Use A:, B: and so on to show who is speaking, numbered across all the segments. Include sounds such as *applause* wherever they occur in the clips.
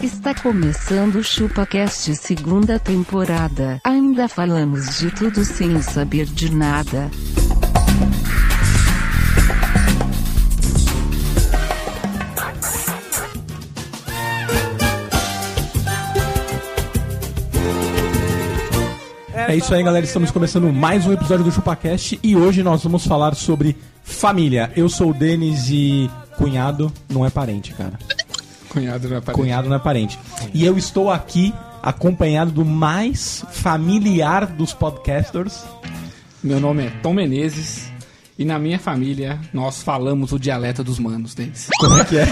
A: Está começando o ChupaCast segunda temporada. Ainda falamos de tudo sem saber de nada.
B: É isso aí, galera. Estamos começando mais um episódio do ChupaCast e hoje nós vamos falar sobre família. Eu sou o Denis e cunhado não é parente, cara.
C: Cunhado não aparece.
B: Cunhado não é parente. E eu estou aqui acompanhado do mais familiar dos podcasters.
C: Meu nome é Tom Menezes e na minha família nós falamos o dialeto dos manos deles.
B: Como é *laughs* que é?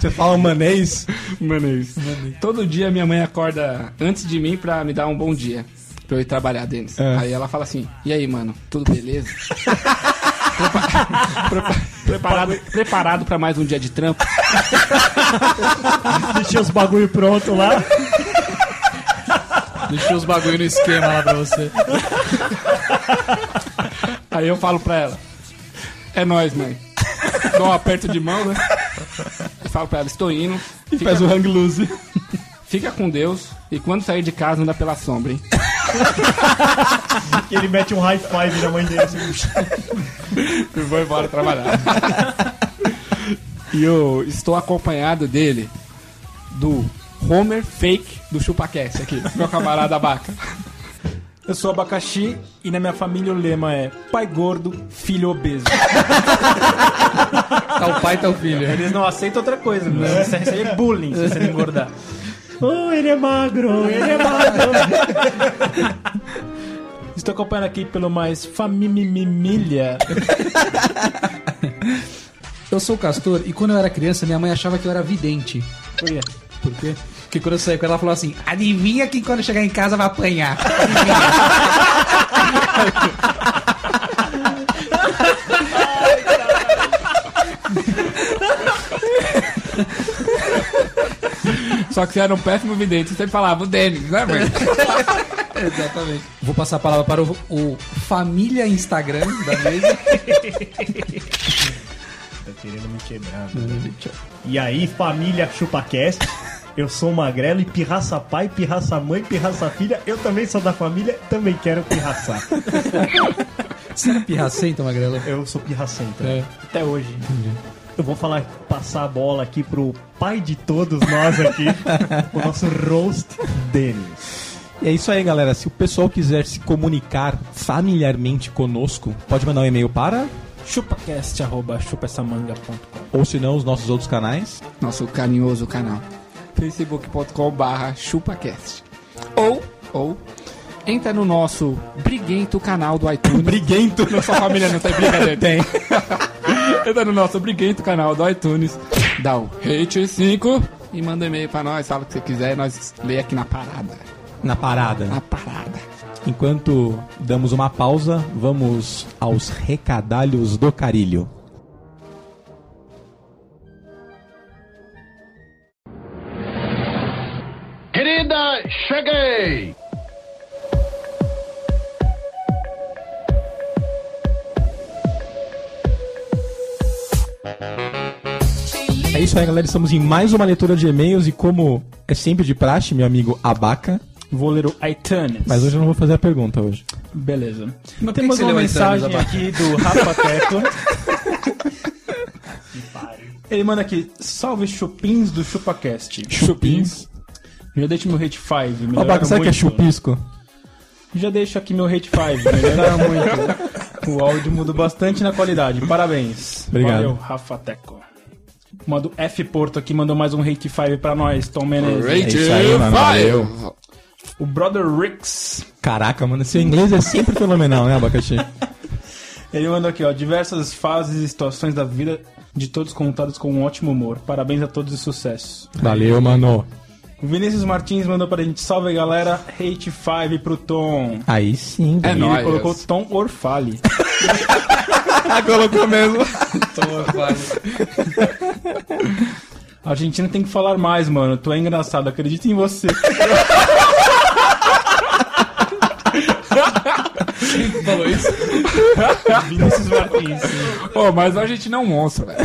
B: Você fala manês?
C: *laughs* Manês. é Todo dia minha mãe acorda antes de mim pra me dar um bom dia. Pra eu ir trabalhar, Denis.
B: É.
C: Aí ela fala assim: E aí, mano, tudo
D: *laughs*
C: beleza? Prepa- prepa- preparado, preparado pra mais um dia de trampo?
D: *laughs* Deixei os bagulho pronto lá.
E: Deixou os bagulho no esquema lá pra você.
C: Aí eu falo pra ela: É nóis, mãe. Dou um aperto de mão, né? E falo pra ela: Estou indo. Fica,
B: Faz o hang loose.
C: fica com Deus. E quando sair de casa, anda pela sombra, hein?
D: *laughs* E ele mete um high five na mãe dele. Assim.
C: E vou embora trabalhar. e eu estou acompanhado dele, do Homer Fake do ChupaCast aqui, meu camarada abaca.
F: Eu sou abacaxi e na minha família o lema é pai gordo, filho obeso.
E: Tá o pai, tá o filho.
F: Eles não aceitam outra coisa, né? Isso aí é bullying se você não engordar.
D: *laughs* Oh, ele é magro, ele é magro.
F: *laughs* Estou acompanhando aqui pelo mais famimimimilha.
E: Eu sou o Castor e quando eu era criança, minha mãe achava que eu era vidente.
F: Por quê?
E: Por quê? Porque quando eu saí com ela, ela falou assim: adivinha quem quando chegar em casa
B: *laughs*
E: vai apanhar.
C: Só que você era um péssimo vidente, você sempre falava o Denis, né, mãe?
E: Exatamente. Vou passar a palavra para o, o Família Instagram da mesa.
D: Tá querendo me quebrar. né? E aí, família ChupaCast. Eu sou magrelo e pirraça pai, pirraça mãe, pirraça filha. Eu também sou da família, também quero pirraçar.
E: Você era pirracento, Magrela?
D: Eu sou pirracento. né?
E: É.
F: Até hoje.
D: Eu vou falar, passar a bola aqui pro pai de todos nós aqui, o nosso roast Denis.
B: E é isso aí, galera. Se o pessoal quiser se comunicar familiarmente conosco, pode mandar um e-mail para,
F: Chupacast, arroba chupaessamanga.com
B: ou se não, os nossos outros canais.
C: Nosso carinhoso canal. facebook.com.br chupacast. Ou, ou, entra no nosso briguento canal do
F: *laughs*
C: iTunes.
B: Briguento!
C: Na sua família não tem brincadeira?
B: Tem.
C: Entra no nosso briguento canal do iTunes, dá o Hate 5 e manda um e-mail pra nós, fala o que você quiser e nós lê aqui na parada.
B: Na parada.
C: Na parada.
B: Enquanto damos uma pausa, vamos aos recadalhos do carilho.
G: Querida, cheguei!
B: É isso aí, galera. Estamos em mais uma leitura de e-mails e como é sempre de praxe, meu amigo Abaca,
F: Vou ler o iTunes.
B: mas hoje eu não vou fazer a pergunta hoje.
F: Beleza.
E: Mas por que
F: Temos
E: que você
F: uma
E: leu
F: mensagem
E: iTunes,
F: aqui do Rafa Tecla. Ele manda aqui, salve chupins do ChupaCast.
B: Chupins.
F: Já deixo meu hate 5.
B: Ô, Abaca, sabe o que é chupisco?
F: Já deixo aqui meu rate 5,
B: *laughs*
F: melhoraram muito. O áudio mudou bastante na qualidade, parabéns.
B: Obrigado.
F: Valeu, Rafa Teco. Manda o F Porto aqui, mandou mais um hate 5 pra nós, Tom Menezes.
B: É isso aí, mano. Valeu.
F: O Brother Ricks,
B: Caraca, mano, seu inglês é sempre fenomenal, né, Abacaxi?
F: ele mandou aqui, ó, diversas fases e situações da vida de todos contados com um ótimo humor. Parabéns a todos e sucesso.
B: Valeu, mano.
F: O Vinícius Martins mandou pra gente, salve galera, hate 5 pro Tom.
B: Aí sim,
C: É
B: velho.
F: e ele
C: nóis.
F: colocou Tom Orfale.
B: Ah, colocou mesmo.
F: A Argentina tem que falar mais, mano. Tu é engraçado, acredito em você.
E: falou isso?
D: Ah, Vinícius Martins.
C: Ô, mas a gente não é um monstro, velho.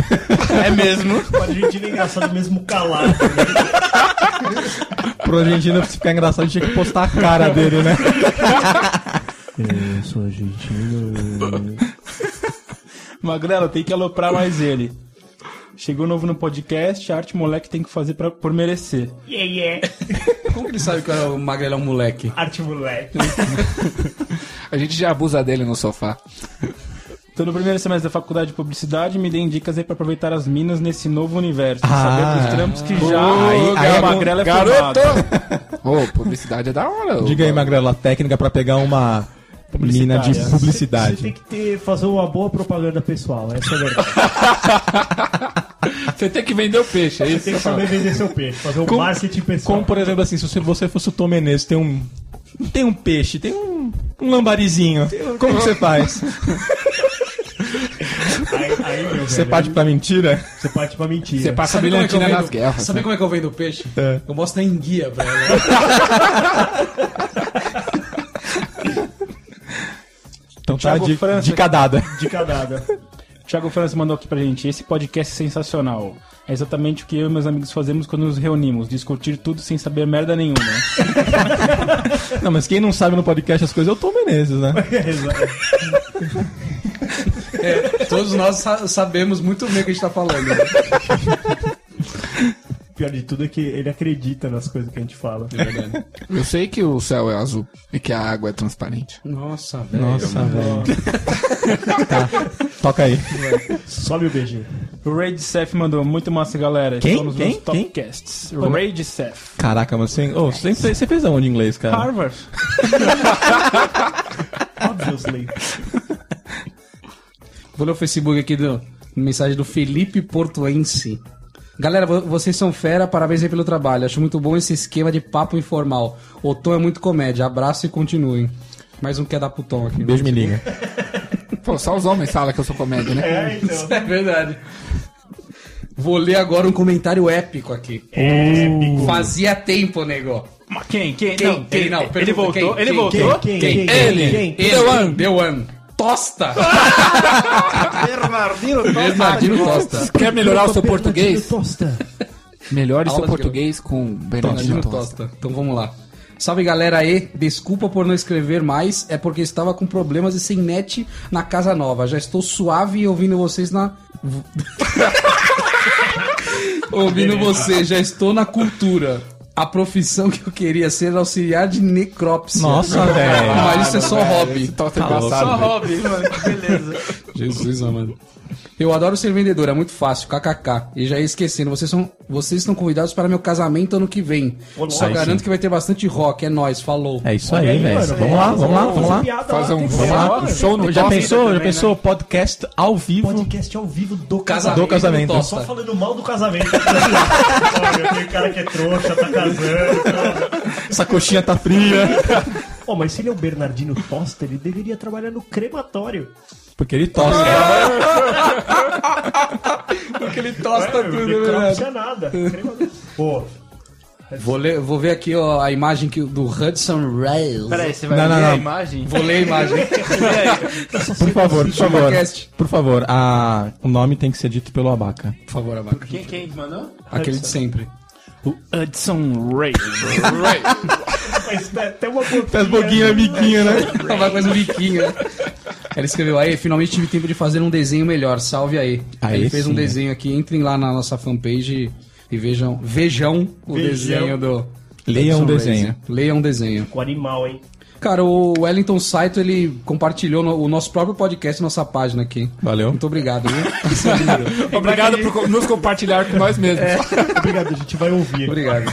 H: É mesmo.
D: O argentino é engraçado mesmo calado.
B: Pro argentino, se ficar engraçado, tinha que postar a cara dele,
D: *laughs*
B: né?
D: É, Eu sou
F: *laughs*
D: argentino.
F: Magrela, tem que aloprar mais ele. Chegou novo no podcast, a arte moleque tem que fazer pra, por merecer.
D: Yeah, yeah.
E: Como que ele sabe que o Magrelo é um moleque?
D: Arte moleque.
C: A gente já abusa dele no sofá.
F: Tô no primeiro semestre da faculdade de publicidade, me deem dicas aí pra aproveitar as minas nesse novo universo.
B: Ah.
F: saber dos trampos que já
B: Aí- aí é
F: a
B: bom.
F: Magrela é
C: Garoto!
F: formada.
C: Ô, publicidade é da hora. ô.
B: Diga aí, Magrela, a técnica pra pegar uma mina de
D: Você
F: Publicitária.
D: tem
B: publicidade.
D: que ter, fazer uma boa propaganda pessoal, essa é a verdade.
C: Você tem que vender o peixe, é
D: Você
C: isso?
D: tem que saber vender seu peixe, fazer um
B: Com-
D: marketing pessoal.
B: Como, por exemplo, assim, se você- você fosse o Tom Menezes, tem um... Tem um peixe, tem um, um lambarizinho. Como que você faz?
D: Aí, aí, meu
B: Você
D: velho,
B: parte pra mentira?
D: você parte pra mentira.
C: Você passa
E: como é que eu
C: brilhantina
E: vendo-
C: nas guerras.
E: Sabe como é que eu vendo peixe?
B: É.
E: Eu mostro na enguia pra ela.
B: Então tá,
F: Thiago
B: de,
F: França.
B: dica dada.
D: Dica dada.
F: Thiago França mandou aqui pra gente. Esse podcast é sensacional. É exatamente o que eu e meus amigos fazemos quando nos reunimos. Discutir tudo sem saber merda nenhuma.
B: *laughs* Não, mas quem não sabe no podcast as coisas é o Tom Menezes, né?
E: É, todos nós sa- sabemos muito bem o que a gente tá falando. né?
D: O pior de tudo é que ele acredita nas coisas que a gente fala.
B: É
C: Eu sei que o céu é azul e que a água é transparente.
E: Nossa, velho.
B: Nossa, velho. tá, toca aí.
D: Sobe o beijinho.
F: O Raid Seth mandou. Muito massa, galera.
B: Quem?
F: Estou nos
B: Quem? é?
F: meus topcasts. Raid Seth.
B: Caraca, mas você, ô, você, você fez aonde em inglês, cara?
F: Harvard.
D: Obviously.
E: Vou ler o Facebook aqui do mensagem do Felipe Portuense. Galera, vo- vocês são fera, parabéns aí pelo trabalho. Acho muito bom esse esquema de papo informal. O Tom é muito comédia. Abraço e continuem. Mais um que é dar pro Tom aqui. né?
B: Beijo, me liga.
C: Pô, só os homens falam que eu sou comédia, né?
D: É, então.
E: É verdade. Vou ler agora um comentário épico aqui. Épico. Fazia tempo, nego.
F: Mas quem? Quem?
E: Quem?
F: Não,
E: quem?
F: ele-
E: Não,
F: ele
E: pergunta,
F: voltou.
E: quem?
F: ele
E: Quem?
F: voltou.
D: Quem?
E: Quem?
C: Ele!
E: Ele, é
C: The One!
E: The One. Tosta. é
H: Bernardino
E: Bernardino Tosta.
C: Quer melhorar o seu português?
D: Tosta.
C: Melhore
E: Aula
C: seu
E: de
C: português com Bernardino
E: Bernardino
C: Tosta.
E: Tosta. Então vamos lá. Salve galera aí, desculpa por não escrever mais, é porque estava com problemas e sem net na casa nova. Já estou suave ouvindo vocês na. *laughs* ouvindo vocês, já estou na cultura. A profissão que eu queria ser era auxiliar de necrópsia.
B: Nossa, velho.
E: *laughs* Mas isso é só hobby.
C: Tosta é engraçado. velho.
H: Hobby, mano. Beleza.
E: Jesus, amado. Eu adoro ser vendedor, é muito fácil, kkk. E já ia esquecendo, vocês, são, vocês estão convidados para meu casamento ano que vem. Só
B: Aí
E: garanto que vai ter bastante rock, é nóis, falou.
B: É isso aí, velho. Vamos lá, vamos lá, vamos lá.
C: Fazer um,
B: Vamos lá.
C: um show no
B: Já
C: Tosta.
B: pensou, já pensou
F: né?
B: podcast ao vivo?
D: Podcast ao vivo do
B: Do
D: casamento.
B: casamento.
E: Tosta.
D: Só falando mal do casamento. *laughs* Olha, tem cara que é trouxa, tá casando. tal.
B: Essa coxinha tá fria.
D: Ó, mas se ele é o Bernardino Tosta, ele deveria trabalhar no crematório.
B: Porque ele toca.
E: Porque ele tosta né,
D: Não necrópsia nada. Crematório. Pô,
E: Vou, ler- vou ver aqui ó, a imagem que, do Hudson Rails.
H: Peraí, você vai
B: Não, não,
H: ver a
B: não.
H: imagem?
E: Vou ler
H: *laughs*
E: a imagem.
B: Por favor, por favor.
E: podcast.
B: Por favor, a- o nome tem que ser dito pelo abaca.
E: Por favor, Abaca.
H: Quem, quem mandou?
E: Aquele de sempre.
F: O Hudson Ray.
D: mas dá até uma boquinha.
B: Faz boquinha, amiguinha, né?
E: Vai fazer um biquinho, né? Ela escreveu aí, finalmente tive tempo de fazer um desenho melhor. Salve aí.
B: Aí
E: Ele fez um
B: sim.
C: né?
E: desenho aqui. Entrem lá na nossa fanpage e vejam, vejam o
D: Vejam.
E: desenho do.
B: Leiam um
E: Hudson Rails, né?
B: desenho.
E: Leiam um desenho.
D: Com animal, hein?
E: Cara, o Wellington Saito ele compartilhou no- o nosso próprio podcast, nossa página aqui.
B: Valeu.
E: Muito obrigado,
D: *laughs*
E: viu?
C: Obrigado por co- nos compartilhar com nós mesmos.
D: Obrigado, a gente vai ouvir.
E: obrigado.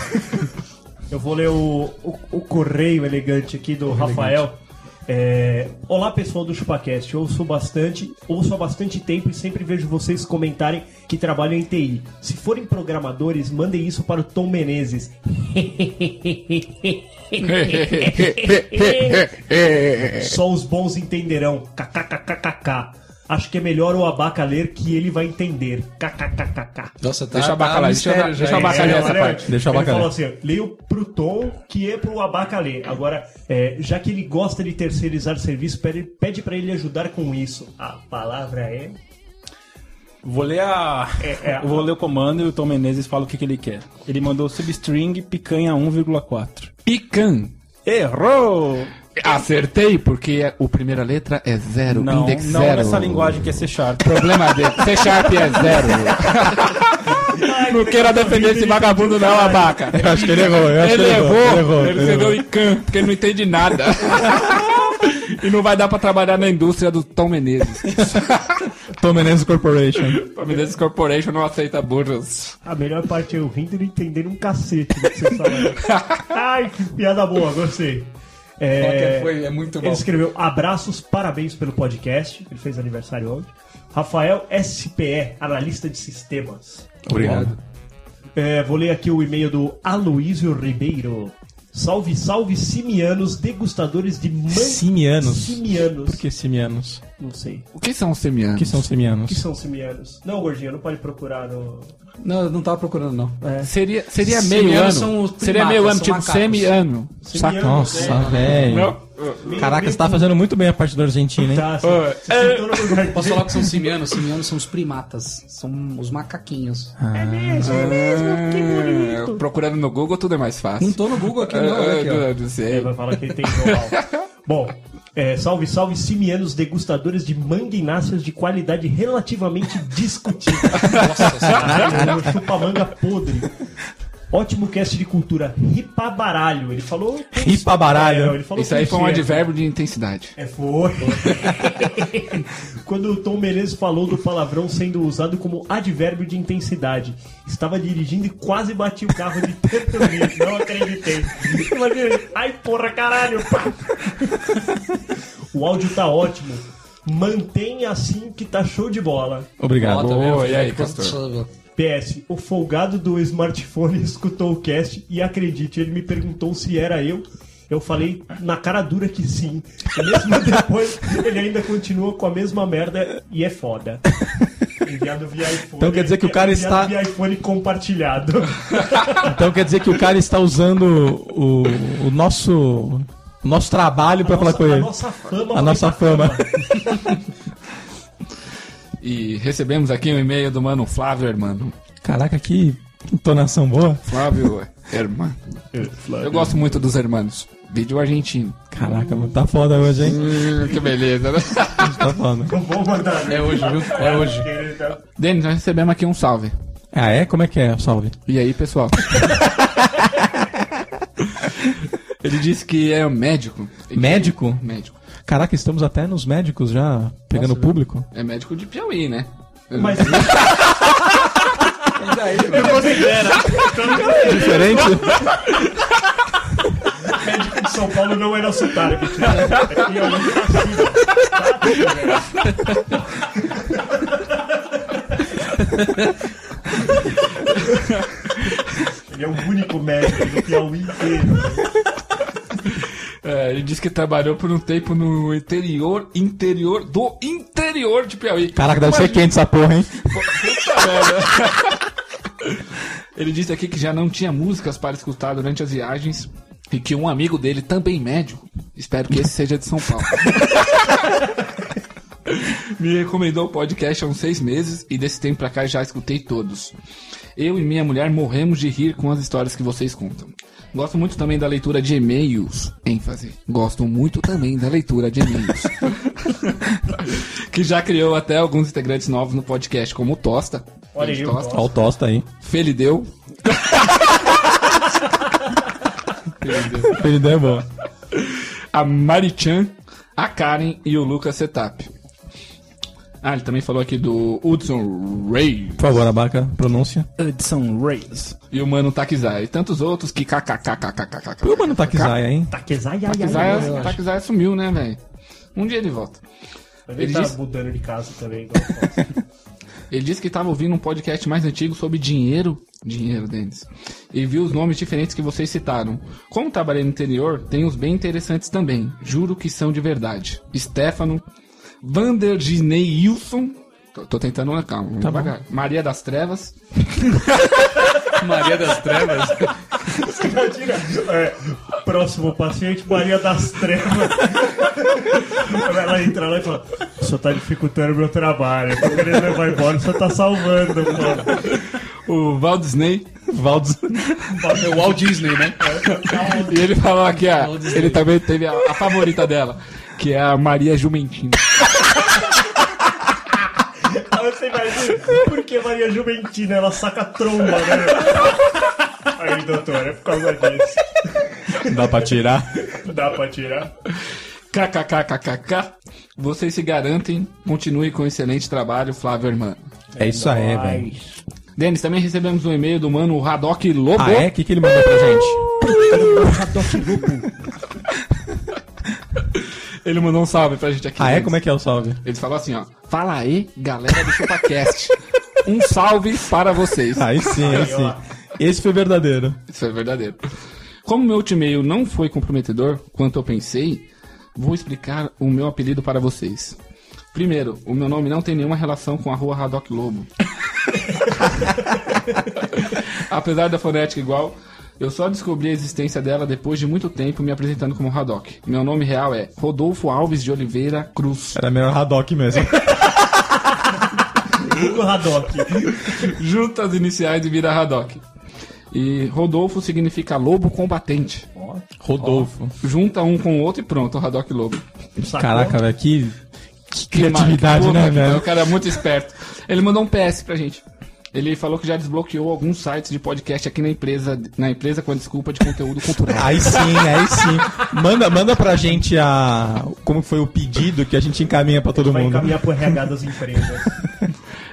D: Eu vou ler o, o, o correio elegante aqui do Rafael. É, Olá pessoal do ChupaCast, ouço bastante, ouço há bastante tempo e sempre vejo vocês comentarem que trabalham em TI. Se forem programadores, mandem isso para o Tom Menezes. Só os bons entenderão. KKKKK. Acho que é melhor o abaca ler que ele vai entender. KKKKK.
E: Nossa, tá,
C: Deixa eu
E: tá
C: abacalar,
E: um
C: deixa eu
E: mistério
C: abacalar, deixa eu
E: já,
C: abacalar.
E: hein?
D: É,
C: essa
D: né?
C: parte.
B: Deixa eu
D: ele
B: abacar.
D: falou assim: ó, leio pro Tom que é pro Abaca ler. Agora, é, já que ele gosta de terceirizar serviço, pede, pede pra ele ajudar com isso. A palavra é.
F: Vou ler a.
D: É, é.
F: Eu Vou ler o comando e o Tom Menezes fala o que, que ele quer. Ele mandou substring picanha 1,4.
C: Pican.
F: Errou!
C: Acertei, porque a primeira letra é zero.
F: Não,
C: index
F: não
C: zero.
F: nessa linguagem que é C Sharp.
C: Problema dele. C Sharp é zero. não queira defender esse vagabundo, não, abaca.
B: Eu acho que ele errou, eu acho
C: Ele
B: que ele
C: errou,
B: errou.
C: ele escreveu Ican, porque ele não entende nada. E não vai dar pra trabalhar na indústria do Tom Menezes.
B: Tom Menezes Corporation.
C: Tom Menezes Corporation não aceita burros.
D: A melhor parte é eu rindo e não entendendo um cacete do que você
C: *laughs*
D: fala. Ai, que piada boa, gostei. É,
E: Qual que foi? É muito bom.
D: Ele escreveu abraços, parabéns pelo podcast. Ele fez aniversário ontem. Rafael SPE, analista de sistemas.
B: Obrigado.
D: É, vou ler aqui o e-mail do Aloysio Ribeiro. Salve, salve, simianos, degustadores de man...
B: Simianos?
D: Simianos.
B: Por que simianos?
D: Não sei.
C: O que são semianos?
B: O que são
D: O que
B: simianos?
D: são simianos? Não, gordinho, não pode procurar no...
E: Não, eu não tava procurando, não.
D: É.
C: Seria, seria
E: Semianos
C: meio ano.
E: são os primatas,
C: seria meio ano,
E: são
C: tipo
E: macacos.
C: semi-ano.
D: Simianos,
B: Nossa,
D: né?
B: velho. Caraca, você tá fazendo muito bem a parte da Argentina, hein?
D: Tá, você, você sentou no lugar.
E: Posso falar que são simianos? Simianos são os primatas. São os macaquinhos.
C: Ah,
D: É mesmo, é mesmo, que bonito.
C: É, procurando no Google tudo é mais fácil.
E: Não tô no Google aqui, não.
C: É,
E: Olha aqui, ó.
C: é, não sei.
D: Ele vai falar que ele tem know-how. Bom, é, salve, salve, simianos degustadores de manguináceas de qualidade relativamente
C: *laughs*
D: discutível. Nossa senhora. chupa manga podre. Ótimo cast de cultura. Ripa baralho. Ele falou...
B: Ripa baralho.
D: É, não, ele falou
C: Isso aí
D: com
C: foi um
D: jeito.
C: advérbio de intensidade.
D: É, foi. Quando o Tom Menezes falou do palavrão sendo usado como advérbio de intensidade. Estava dirigindo e quase bati o carro de tanto medo. Não acreditei. Imagina, Ai, porra, caralho. pá. O áudio tá ótimo. Mantenha assim que tá show de bola.
B: Obrigado.
E: Bota, meu,
C: Boa, e aí,
E: fica-
D: PS, o folgado do smartphone *laughs* escutou o cast e acredite, ele me perguntou se era eu. Eu falei na cara dura que sim. Mesmo *laughs* depois, ele ainda continua com a mesma merda e
B: *laughs*
D: é foda. Enviado via iPhone.
B: Então quer dizer que o cara
D: Enviado
B: está-
D: via iPhone compartilhado.
B: Então quer dizer que o cara está usando o, o nosso, o nosso trabalho pra falar
D: nossa,
B: com ele.
D: a nossa fama.
B: A
D: *laughs*
B: nossa
D: foi pra
B: fama.
C: E recebemos aqui um e-mail do mano Flávio Hermano.
B: Caraca, que entonação boa.
C: Flávio Hermano. Eu gosto muito dos hermanos. Vídeo argentino.
B: Caraca, mano, tá foda hoje, hein?
C: Hum, que beleza, né?
B: Tá foda.
D: Não vou mandar. né,
E: É hoje, viu? É hoje.
C: *laughs* Denis, nós recebemos aqui um salve.
B: Ah, é? Como é que é? Salve.
C: E aí, *laughs* pessoal? Ele disse que é um médico. E-
B: Médico?
C: Médico.
B: Caraca, estamos até nos médicos já pegando o público.
C: É médico de Piauí, né?
D: *laughs* Mas
B: Diferente?
D: médico de São Paulo não é nosso target. né? Aqui é o único assim, ó. Ele é o único médico do Piauí inteiro.
C: É, ele disse que trabalhou por um tempo no interior, interior do interior de Piauí.
B: Caraca, deve ser quente essa porra, hein?
C: Ele disse aqui que já não tinha músicas para escutar durante as viagens e que um amigo dele, também médico, espero que esse seja de São Paulo, *laughs* me recomendou o podcast há uns seis meses e desse tempo pra cá já escutei todos. Eu e minha mulher morremos de rir com as histórias que vocês contam. Gosto muito também da leitura de e-mails. ênfase. Gosto muito também da leitura de
D: *laughs*
C: e-mails. que já criou até alguns integrantes novos no podcast, como o Tosta.
D: Olha aí, o
C: Tosta.
B: Ó o tosta aí.
C: Felideu.
B: Ele é bom.
C: a Marichan, a Karen e o Lucas Setup. Ah, ele também falou aqui do Hudson Ray
B: Por favor, abaca, pronúncia.
F: Hudson Reyes.
C: e o Mano Takizai. E tantos outros que
B: E o
C: kkkkkkk.
B: mano Takizaya, hein?
D: Takezai, ai, ai, ai.
C: Takizai Takizai sumiu, né, velho? Um dia ele volta.
D: Ele,
C: Ele
D: tá
C: disse-
D: mudando de casa também. igual eu posso.
C: Ele disse que estava ouvindo um podcast mais antigo sobre dinheiro. Dinheiro, Denis. E viu os nomes diferentes que vocês citaram. Como trabalhei no interior, tem uns bem interessantes também. Juro que são de verdade. Stefano, Vander Gineilson. Tô, tô tentando, né? Calma. devagar. Maria das Trevas.
E: Maria das Trevas.
D: Imagina, é, próximo paciente, Maria das Trevas. Ela entra lá e fala: O senhor tá dificultando meu trabalho. Eu tô querendo levar embora, o senhor tá salvando, mano.
C: O Walt Disney. *laughs*
B: Valdes.
E: É o Walt Disney, né?
C: E ele falou que a, ele também teve a, a favorita dela, que é a Maria Jumentina.
D: Aí você imagina, por que Maria Jumentina? Ela saca a tromba, né? Aí, doutor, é por causa disso.
B: Dá pra tirar.
D: Dá pra tirar?
C: KKKKKK. Vocês se garantem, continue com o excelente trabalho, Flávio Hermano.
B: É isso aí, velho.
D: Ai,
C: Denis, também recebemos um e-mail do mano Haddock Lobo.
B: Ah, é? O que, que ele mandou pra gente?
C: Ele mandou um salve pra gente aqui.
B: Ah, é?
C: Denis.
B: Como é que é o salve?
C: Ele falou assim, ó. Fala aí, galera do ChupaCast. *laughs* um salve para vocês.
B: Aí sim, aí sim. Esse foi verdadeiro.
C: Isso é verdadeiro. Como meu último e-mail não foi comprometedor quanto eu pensei, vou explicar o meu apelido para vocês. Primeiro, o meu nome não tem nenhuma relação com a rua Haddock Lobo. *laughs* Apesar da fonética igual, eu só descobri a existência dela depois de muito tempo me apresentando como Haddock. Meu nome real é Rodolfo Alves de Oliveira Cruz.
B: Era melhor Haddock mesmo.
D: O Haddock.
C: Junta as iniciais e vira Haddock. E Rodolfo significa lobo combatente.
B: Rodolfo.
C: Junta um com o outro e pronto, Haddock Lobo.
D: Sacou?
B: Caraca, velho, que, que
C: Que
B: criatividade,
C: maluco,
B: né,
C: cara? O
B: velho?
C: cara é muito esperto. Ele mandou um PS pra gente. Ele falou que já desbloqueou alguns sites de podcast aqui na empresa, na empresa com a desculpa de conteúdo cultural.
B: Aí sim, aí sim. Manda, manda pra gente a. Como foi o pedido que a gente encaminha pra todo
D: Vai
B: mundo.
D: encaminhar pro RH das empresas.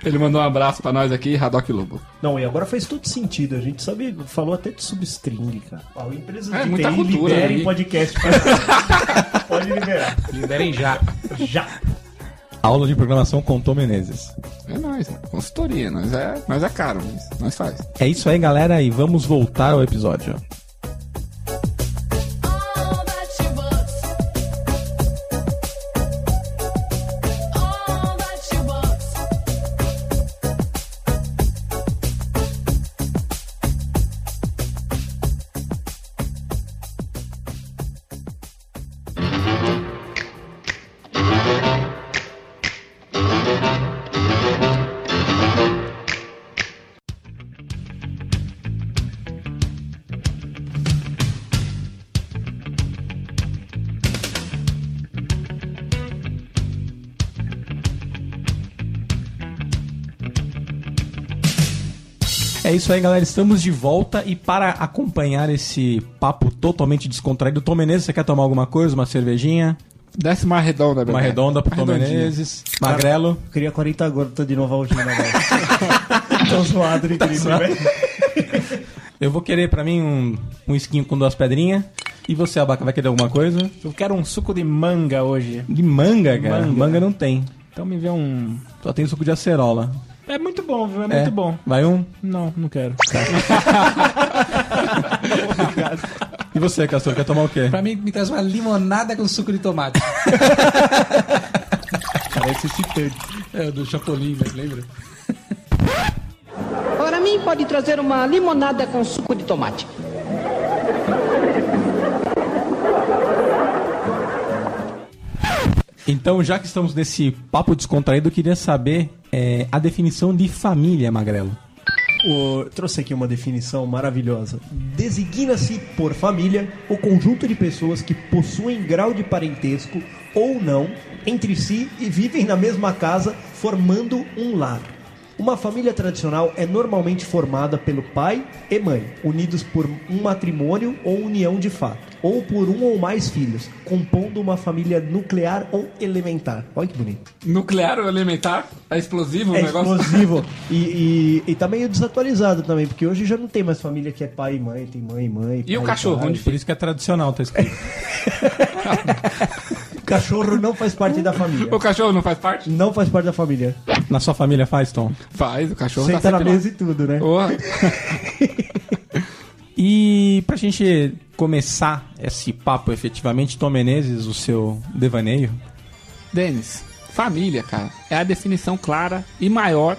C: Ele mandou um abraço pra nós aqui, Haddock Lobo.
D: Não, e agora faz todo sentido. A gente sabe, falou até de substring, cara. Ó, empresas
C: É,
D: de
C: muita
D: TI
C: cultura
D: liberem
C: aí.
D: podcast. pra- *laughs* Pode liberar.
E: Liberem já.
D: Já.
B: Aula de programação com Tom Menezes.
C: É nóis, mano. consultoria, nós é, nós é caro, mas nós faz.
B: É isso aí, galera, e vamos voltar ao episódio.
I: All that she wants. All that she wants.
B: É isso aí, galera, estamos de volta e para acompanhar esse papo totalmente descontraído, Tom Menezes, você quer tomar alguma coisa? Uma cervejinha?
C: Desce uma redonda,
F: É,
B: Uma redonda pro Tom
C: Redondinha.
B: Menezes? Magrelo?
D: Eu queria 40 gotas de Novalgina, velho. né? *laughs* Tô zoado
C: Tá
D: de gripe, velho.
B: Eu vou querer pra mim um, um esquinho com duas pedrinhas. E você, Abaca, vai querer alguma coisa?
F: Eu quero um suco de manga hoje.
B: De manga, cara. Manga, não tem.
F: Então me vê um.
B: Só tem suco de acerola.
F: É muito bom, viu? É
B: É.
F: muito bom.
B: Vai um?
F: Não, não quero.
B: E você, Castor, quer tomar o quê?
E: Pra mim, me traz uma limonada com suco de
B: *laughs*
E: tomate.
F: Parece excitante.
E: É, do Chapolin, né? lembra?
J: Para mim, pode trazer uma limonada com suco de tomate.
B: Então, já que estamos nesse papo descontraído, eu queria saber é, a definição de família, Magrelo.
D: O- trouxe aqui uma definição maravilhosa. Designa-se por família o conjunto de pessoas que possuem grau de parentesco ou não entre si e vivem na mesma casa, formando um lar. Uma família tradicional é normalmente formada pelo pai e mãe, unidos por um matrimônio ou união de fato, ou por um ou mais filhos, compondo uma família nuclear ou elementar. Olha que bonito.
C: Nuclear ou elementar? É explosivo o
D: É
C: negócio?
D: explosivo. E, e, e tá meio desatualizado também, porque hoje já não tem mais família que é pai e mãe, tem mãe e mãe.
C: E o
D: pai
C: cachorro,
D: pai.
C: onde
B: Por
C: fica?
B: isso que é tradicional, tá escrito.
D: O cachorro não faz parte da família.
B: é.
C: O cachorro não faz parte?
D: Não faz parte da família.
B: Na sua família faz, Tom?
C: Faz, o cachorro tá
D: Senta na mesa e tudo, né?
C: Porra.
B: E pra gente começar esse papo efetivamente, Tom Menezes, o seu devaneio,
C: Denis, Família, cara, é a definição clara e maior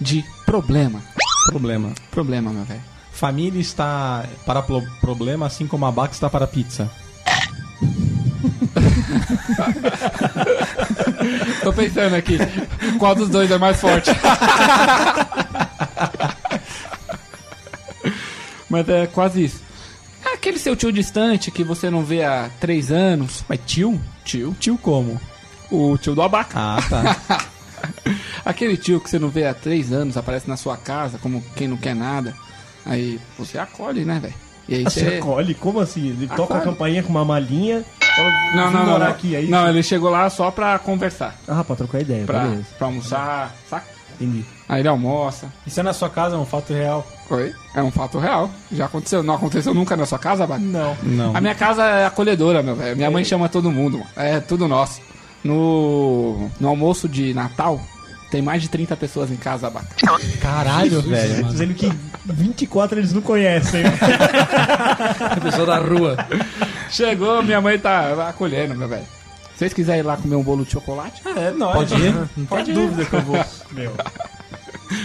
C: de problema.
B: Problema.
C: Problema, meu velho.
B: Família está para plo- problema, assim como a Bax está para pizza.
C: Tô pensando aqui, *laughs* qual dos dois é mais forte? *laughs* Mas é quase isso. É Aquele seu tio distante que você não vê há três anos.
B: Mas tio?
C: Tio?
B: Tio como?
C: O tio do abaca.
B: Ah, tá.
C: *laughs* Aquele tio que você não vê há três anos, aparece na sua casa como quem não quer nada. Aí você acolhe, né, velho? E aí
D: Você
C: você.
D: acolhe? Como assim? Ele toca
C: Acolhe.
D: a campainha com uma malinha. fala,
C: Não,
D: "Vim
C: não, não.
D: morar
C: Não.
D: aqui", é isso?
C: não, ele chegou lá só pra conversar.
D: Ah, pra trocar ideia,
C: Pra,
D: beleza.
C: pra almoçar, saca?
D: Entendi.
C: Aí ele almoça.
F: Isso é na sua casa, é um fato real.
C: Oi? É um fato real. Já aconteceu. Não aconteceu nunca na sua casa, Bata?
F: Não.
B: Não.
C: A minha casa é acolhedora, meu velho. Minha mãe chama todo mundo, mano. É tudo nosso. No, no almoço de Natal, tem mais de 30 pessoas em casa, Bata.
B: Caralho,
C: É,
B: velho.
D: Dizendo que 24 eles
C: *laughs*
D: não conhecem.
E: A pessoa da rua.
C: Chegou, minha mãe tá acolhendo, meu velho. Se vocês quiserem ir lá comer um bolo de chocolate,
F: É, não.
B: Pode *laughs* ir?
F: Pode dúvida que eu vou.
D: Meu.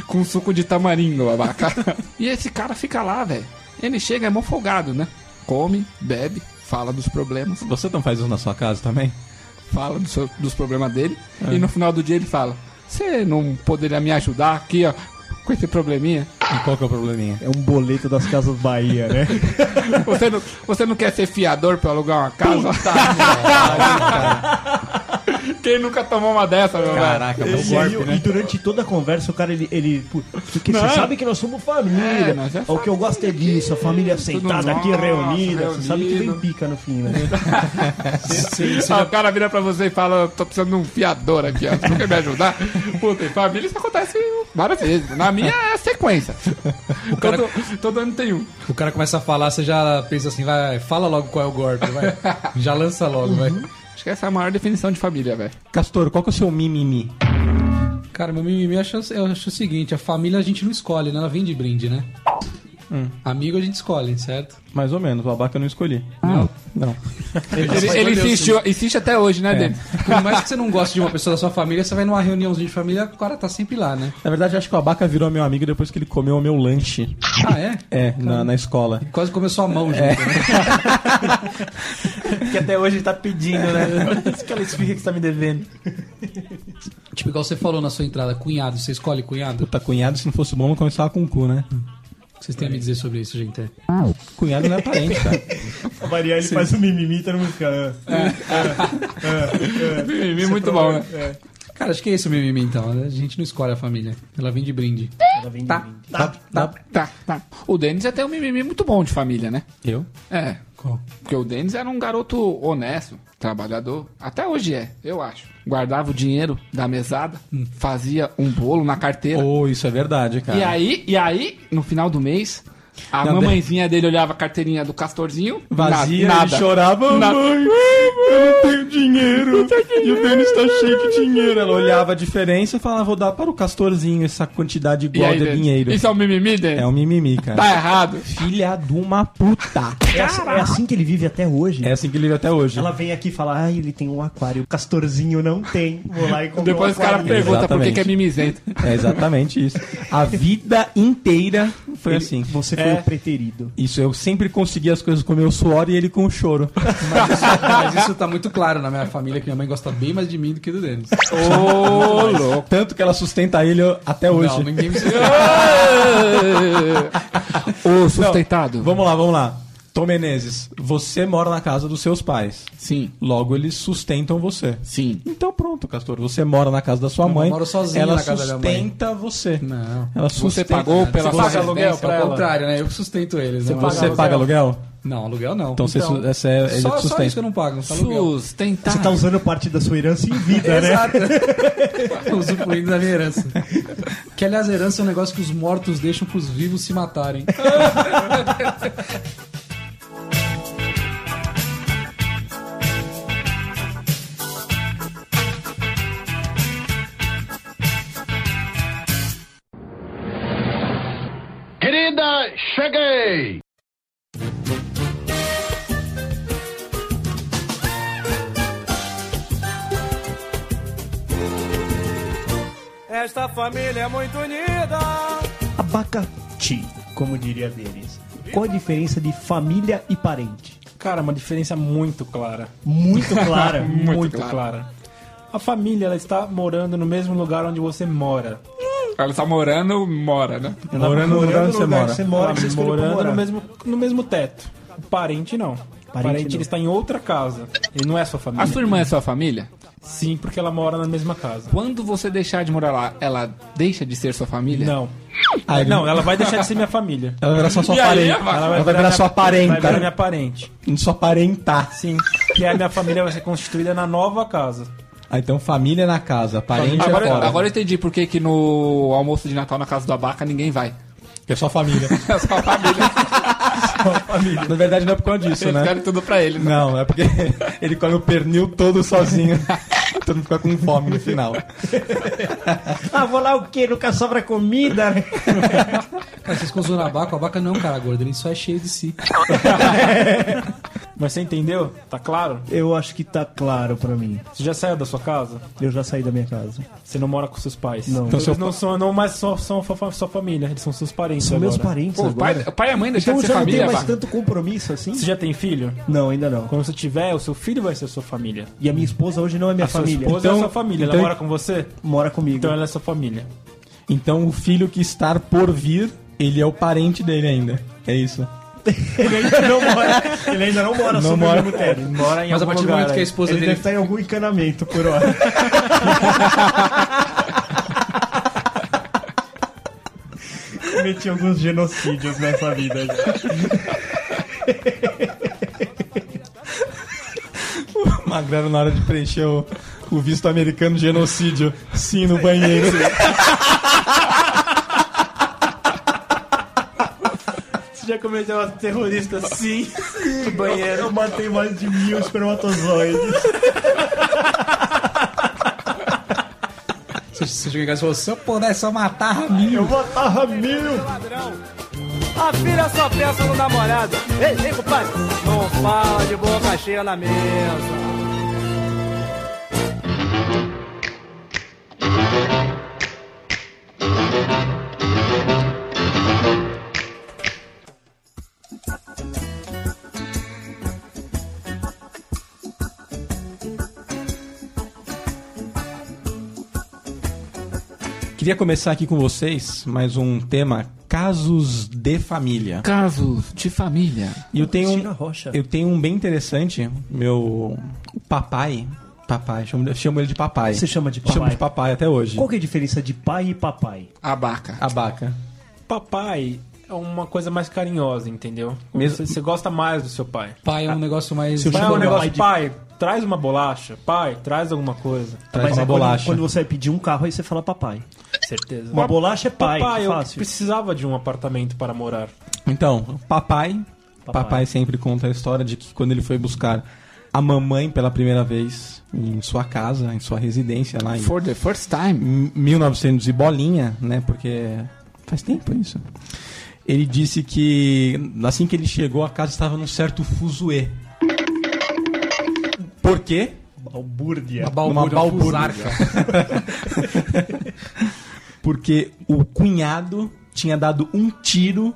C: com suco de tamarindo, abaca. *laughs* e esse cara fica lá, velho. Ele chega, é mó folgado, né? Come, bebe, fala dos problemas,
B: Você não faz isso na sua casa também?
C: fala do seu- dos problemas dele. E no final do dia ele fala: Você não poderia me ajudar aqui, ó, com esse probleminha? *laughs*
B: E qual que é o probleminha?
D: É um boleto das casas Bahia, né?
C: Você não, você não quer ser fiador pra alugar uma casa? *laughs* Quem nunca tomou uma dessa, meu velho?
B: Caraca,
D: E,
B: meu
D: aí, e durante toda a conversa, o cara, ele... ele pô, porque
C: Não.
D: você sabe que nós somos família.
C: É, nós é
D: o que eu gosto é disso, a família sentada aqui
C: nosso,
D: reunida. Você sabe que
C: reunido.
D: vem pica no fim, né?
C: Ah, O cara vira pra você e fala, tô precisando de um fiador aqui, ó. Você não quer me ajudar? Puta, em família isso acontece várias vezes. Na minha é sequência.
E: cara-
C: Todo, todo ano tem um.
E: O cara começa a falar, você já pensa assim, vai, fala logo qual é o golpe, vai. Já lança logo, vai.
B: Uhum.
C: Acho que essa é a maior definição de família, velho.
B: Castor, qual que é o seu mimimi?
E: Cara, meu mimimi eu acho, eu acho o seguinte, a família a gente não escolhe, né? Ela vem de brinde, né?
B: Hum.
E: Amigo a gente escolhe, certo?
B: Mais ou menos, o abaca eu não escolhi. Não.
C: Ele, ele insiste, insiste até hoje, né, Denis?
E: Por mais que você não goste de uma pessoa da sua família, você vai numa reuniãozinha de família, o cara tá sempre lá, né?
B: Na verdade, eu acho que o abaca virou meu amigo depois que ele comeu o meu lanche.
E: Ah, é?
B: É, na, na escola.
E: Quase começou a mão junto,
B: É.
E: né?
F: Que até hoje ele tá pedindo, né? *laughs* Isso que ela explica que você tá me devendo.
E: Tipo, igual você falou na sua entrada, cunhado, você escolhe cunhado?
B: Puta, Tá cunhado, se não fosse bom, não começava com cu, né?
E: O que vocês têm a me dizer sobre isso, gente?
B: Cunhado não é parente,
E: *laughs*
B: cara.
D: A Maria, ele faz um mimimi, todo mundo fica... "Ah".
C: *laughs* Mimimi É muito bom, né?
E: Cara, acho que é esse o mimimi, então. né? A gente não escolhe a família. Ela vem de brinde.
C: Tá, tá. O Denis até um mimimi muito bom de família, né?
B: Eu?
C: É. Porque o Denis era um garoto honesto, trabalhador. Até hoje é, eu acho. Guardava o dinheiro da mesada, fazia um bolo na carteira.
B: Oh, Hum. isso é verdade, cara.
C: E aí, e aí, no final do mês, a
B: Não,
C: mamãezinha dele olhava a carteirinha do Castorzinho. na-
B: Vazia e
C: nada.
B: chorava,
C: Na-
B: mãe, eu não tenho dinheiro. E o Denis tá cheio de dinheiro. Ela olhava a diferença e falava, vou dar para o Castorzinho essa quantidade
C: E
B: igual
C: aí,
B: de
C: Denis? *laughs*
B: dinheiro.
C: Isso é um mimimi, Denis?
B: É um mimimi,
C: Tá
B: cara.
C: errado.
B: Filha de uma puta.
D: É, assim- é assim que ele vive até hoje.
B: É assim que ele vive até hoje.
D: Ela vem aqui e fala, ah, ele tem um aquário. O Castorzinho não tem. Vou lá e compro
C: Depois o
D: um
C: cara
D: aquário.
C: pergunta por que, que é
B: Exatamente.
C: mimizento.
B: É exatamente isso. A vida inteira foi assim.
D: Você
C: É.
D: foi o preterido.
B: Isso, eu sempre consegui as coisas com o meu suor e ele com o choro.
E: Mas isso tá muito claro na minha família, que minha mãe gosta bem mais de mim do que do Denis.
B: Ô, louco. Tanto que ela sustenta ele até É hoje.
E: Não, ninguém me
C: Ô, sustentado.
B: Vamos lá, vamos lá. Tom Menezes, você mora na casa dos seus pais.
C: Sim,
B: Logo, eles sustentam você.
C: sim.
B: Então pronto, Castor, você mora na casa da sua
E: Não,
B: mãe.
E: eu moro sozinho
B: ela
E: na casa da minha mãe.
B: sustenta você.
E: Não.
B: Ela
C: Você
B: sustenta.
C: pagou pela
E: Você
C: sua residência?
E: paga aluguel pra ela? Ao contrário, né? Eu sustento eles. né? Mas-
B: Você paga aluguel?
E: Não, aluguel não.
B: Então, você su- essa é, ele te
E: só, só isso que
B: sustenta.
E: eu não pago, só aluguel.
C: Sustentar.
D: Você tá usando parte da sua herança em
E: É,
D: vida, né?
E: Exato. *laughs* Usufruindo da minha herança. Que, aliás, herança é um negócio que os mortos deixam pros vivos se matarem.
G: Querida, cheguei!
K: Esta família é muito unida.
D: Abacati, como diria deles. Qual a diferença de família e parente?
F: Cara, uma diferença muito clara.
D: Muito clara.
C: *laughs*
F: muito, clara. A família, ela está morando no mesmo lugar onde você mora.
C: Ela tá morando, mora, né?
F: Ela
B: Morando no lugar onde você mora.
D: que você mora, Ah,
F: Ela
D: que você escolheu pra
F: morando
D: morar.
F: no mesmo, no mesmo teto. O Parente não. O Parente,
D: não.
F: ele está em outra casa. Ele não é sua família.
C: A sua irmã é sua família?
F: Sim, porque ela mora na mesma casa.
C: Quando você deixar de morar lá, ela deixa de ser sua família?
F: Não.
B: Ah, ele-
F: É. Não, ela vai deixar de ser minha família.
B: Ela vai virar só sua
C: E aí,
B: parente.
C: Eva?
B: Ela vai virar sua
F: Vai virar minha
B: parenta.
F: parente.
B: Sua parentar.
F: Sim. E aí minha família vai ser constituída na nova casa.
B: Ah, então família na casa, parente é
C: Agora,
B: fora.
C: agora eu entendi por que, que no almoço de Natal na casa do Abaca ninguém vai. *laughs*
B: Que é só
F: *laughs*
B: família.
C: É só a família.
B: Na verdade não é por causa disso,
C: Eles
B: né?
C: querem tudo pra ele. né?
B: Não, é porque *laughs* ele come o pernil todo sozinho. *laughs* Todo mundo fica com fome no final.
D: Ah, vou lá o quê? Nunca sobra comida, né?
E: Cara, vocês consumem abaca? O abaca não é um cara gordo, ele só é cheio de si.
F: Mas você entendeu? Tá claro?
D: *laughs* Eu acho que tá claro pra mim.
F: Você já saiu da sua casa?
D: Eu já saí da minha casa.
F: Você não mora com seus pais?
D: Não.
F: Então eles não são não mais só são fa- fa- sua família, eles são seus parentes
D: São
F: agora.
D: meus parentes
C: Pô, o pai,
D: agora.
C: o pai e a mãe deixaram
D: Então
C: de
D: eu
C: ser
D: já não tenho
C: família,
D: mais
C: Abaca.
D: tanto compromisso assim?
F: Você já tem filho?
D: Não, ainda não.
F: Quando você tiver, o seu filho vai ser sua família.
D: E a minha esposa hoje não é minha
F: A sua
D: família.
F: esposa
B: Então-
F: é sua família.
B: então-
F: Ela mora com você?
D: Mora comigo.
F: Então ela é sua família.
B: Então o *laughs* filho que está por vir, ele é o parente dele ainda. É isso.
D: Ele ainda não mora, *laughs* ele ainda não mora
B: Não
D: sob
B: mora.
D: o mesmo teto.
F: Mora em
E: Mas a
F: algum
E: partir do
B: é.
F: lugar,
E: momento que a
F: aí.
E: esposa
D: Ele deve
E: dele.
D: estar em algum encanamento por hora.
B: *laughs*
D: Cometi alguns genocídios nessa vida. já.
B: Magrano na hora de preencher o, o visto americano de genocídio. Sim, no banheiro.
F: Você já cometeu um terrorista sim.
D: Eu, eu matei mais de mil espermatozoides.
E: Se você chegar em casa e falar, se eu pudesse, eu matava mil.
D: Eu matava mil.
K: A filha só pensa no namorado. Ei, ei, compadre, não fala de boca cheia na mesa.
B: Queria começar aqui com vocês mais um tema: casos de família.
C: Casos de família.
B: E eu tenho
D: Tira a
B: um,
D: rocha.
B: eu tenho um bem interessante. Meu papai, papai, chamo, chamo ele de papai.
D: Você chama de
B: Chamo
D: papai?
B: de papai até hoje.
D: Qual que é a diferença de pai e papai?
C: Abaca.
B: Abaca.
F: Papai é uma coisa mais carinhosa, entendeu?
B: Mesmo-
F: Você, você gosta mais do seu pai.
E: Pai é um negócio mais.
F: Pai é
D: chamo
F: Tipo, um
D: meu pai
F: negócio,
D: de-
F: pai, traz uma bolacha, pai, traz alguma coisa.
B: Traz uma
D: é quando-
B: bolacha.
D: Quando, você vai pedir um carro, aí você fala papai.
F: Certeza.
D: Uma bolacha é pai,
F: Papai, eu
D: fácil.
F: precisava de um apartamento para morar.
B: Então, papai, papai, sempre conta a história de que quando ele foi buscar a mamãe pela primeira vez em sua casa, em sua residência lá em
C: For the first time.
B: em 1900 e bolinha, né? Porque faz tempo isso. Ele disse que assim que ele chegou, a casa estava num certo fuzuê. Por quê?
D: Balbúrdia.
E: Uma balbúrdia,
B: Uma
E: uma
B: balbúrdia.
E: fusarca.
B: Porque o cunhado tinha dado um tiro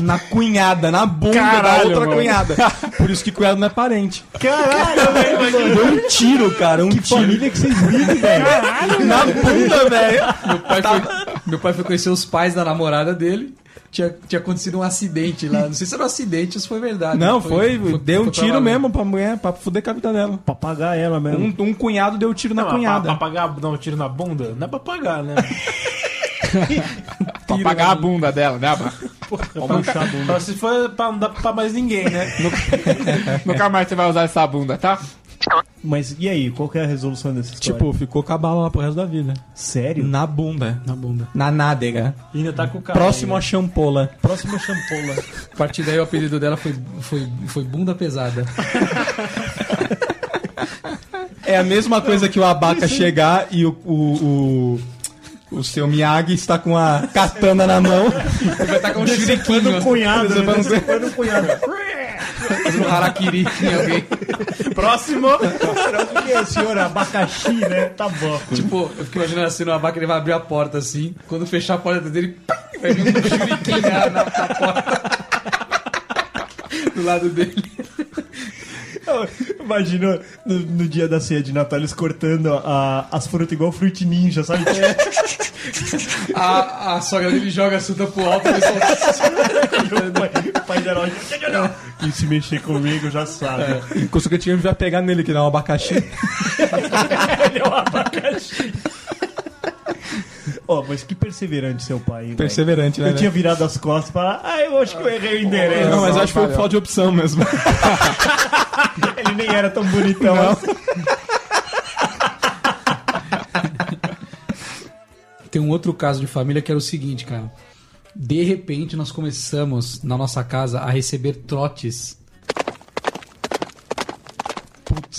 B: na cunhada, na bunda da
F: Caralho,
B: outra
F: mano.
B: cunhada. Por isso que cunhado não é parente.
D: Caralho, velho.
B: Deu um tiro, cara, um tiro.
D: Família que vocês vivem, velho.
B: na bunda, velho.
E: Meu pai, foi, meu pai foi conhecer os pais da namorada dele. Tinha, tinha acontecido um acidente lá. Não sei se era um acidente ou se foi verdade.
B: Não, foi, deu um
E: Ah, foi pra
B: tiro
E: lá né?
B: mesmo pra mulher, pra fuder com a vida dela.
D: Pra pagar ela mesmo.
B: Um, um cunhado deu tiro na
F: Não,
B: cunhada.
F: Pra, pra pagar, dar um tiro na bunda? Não é pra pagar, *laughs* né?
C: Pra pagar a bunda dela, né, Abaca?
D: Um
F: Só Então, se for pra não dar pra mais ninguém, né? *laughs*
C: Nunca mais você vai usar essa bunda, tá?
D: Mas e aí, qual que é a resolução dessa história?
B: Tipo, ficou com a bala lá pro resto da vida.
D: sério?
B: Na bunda.
E: Na bunda.
B: Na nádega.
F: E ainda tá com o cara.
B: Próximo à champola.
D: Próxima champola.
E: A partir daí o apelido dela foi, foi, foi bunda pesada.
B: É a mesma coisa que o abaca chegar e o, o, o, o seu Miyagi está com a katana na mão.
E: Vai estar com um shuriken,
D: Cunhado, né?
B: Você vai não ser-
D: Foi no cunhado.
E: um harakiri em alguém.
D: *laughs*
H: Próximo.
D: O que é, senhor? Abacaxi, né? Tá bom.
E: Tipo, eu fico imaginando assim, no abaca ele vai abrir a porta assim, quando fechar a porta dele, pim, vai vir um shuriken na, na, na porta. Do lado dele.
D: Imagina no, no dia da ceia de Natal eles cortando a- as frutas igual Fruit Ninja, sabe?
E: A, a sogra dele joga a suta pro alto e ele só...
D: o pai, o pai da loja. Quem se mexer comigo já sabe.
B: Consequentemente, vai pegar nele que dá um abacaxi. *laughs*
D: Ó, mas que perseverante seu pai, hein? velho?
B: Perseverante, né?
D: Eu
B: né?
D: tinha virado as costas para. Ah, eu acho que eu errei o endereço.
B: Não, mas acho que foi por falta de opção mesmo.
D: Ele nem era tão bonitão assim.
E: Tem um outro caso de família que era o seguinte, cara. De repente, nós começamos na nossa casa a receber trotes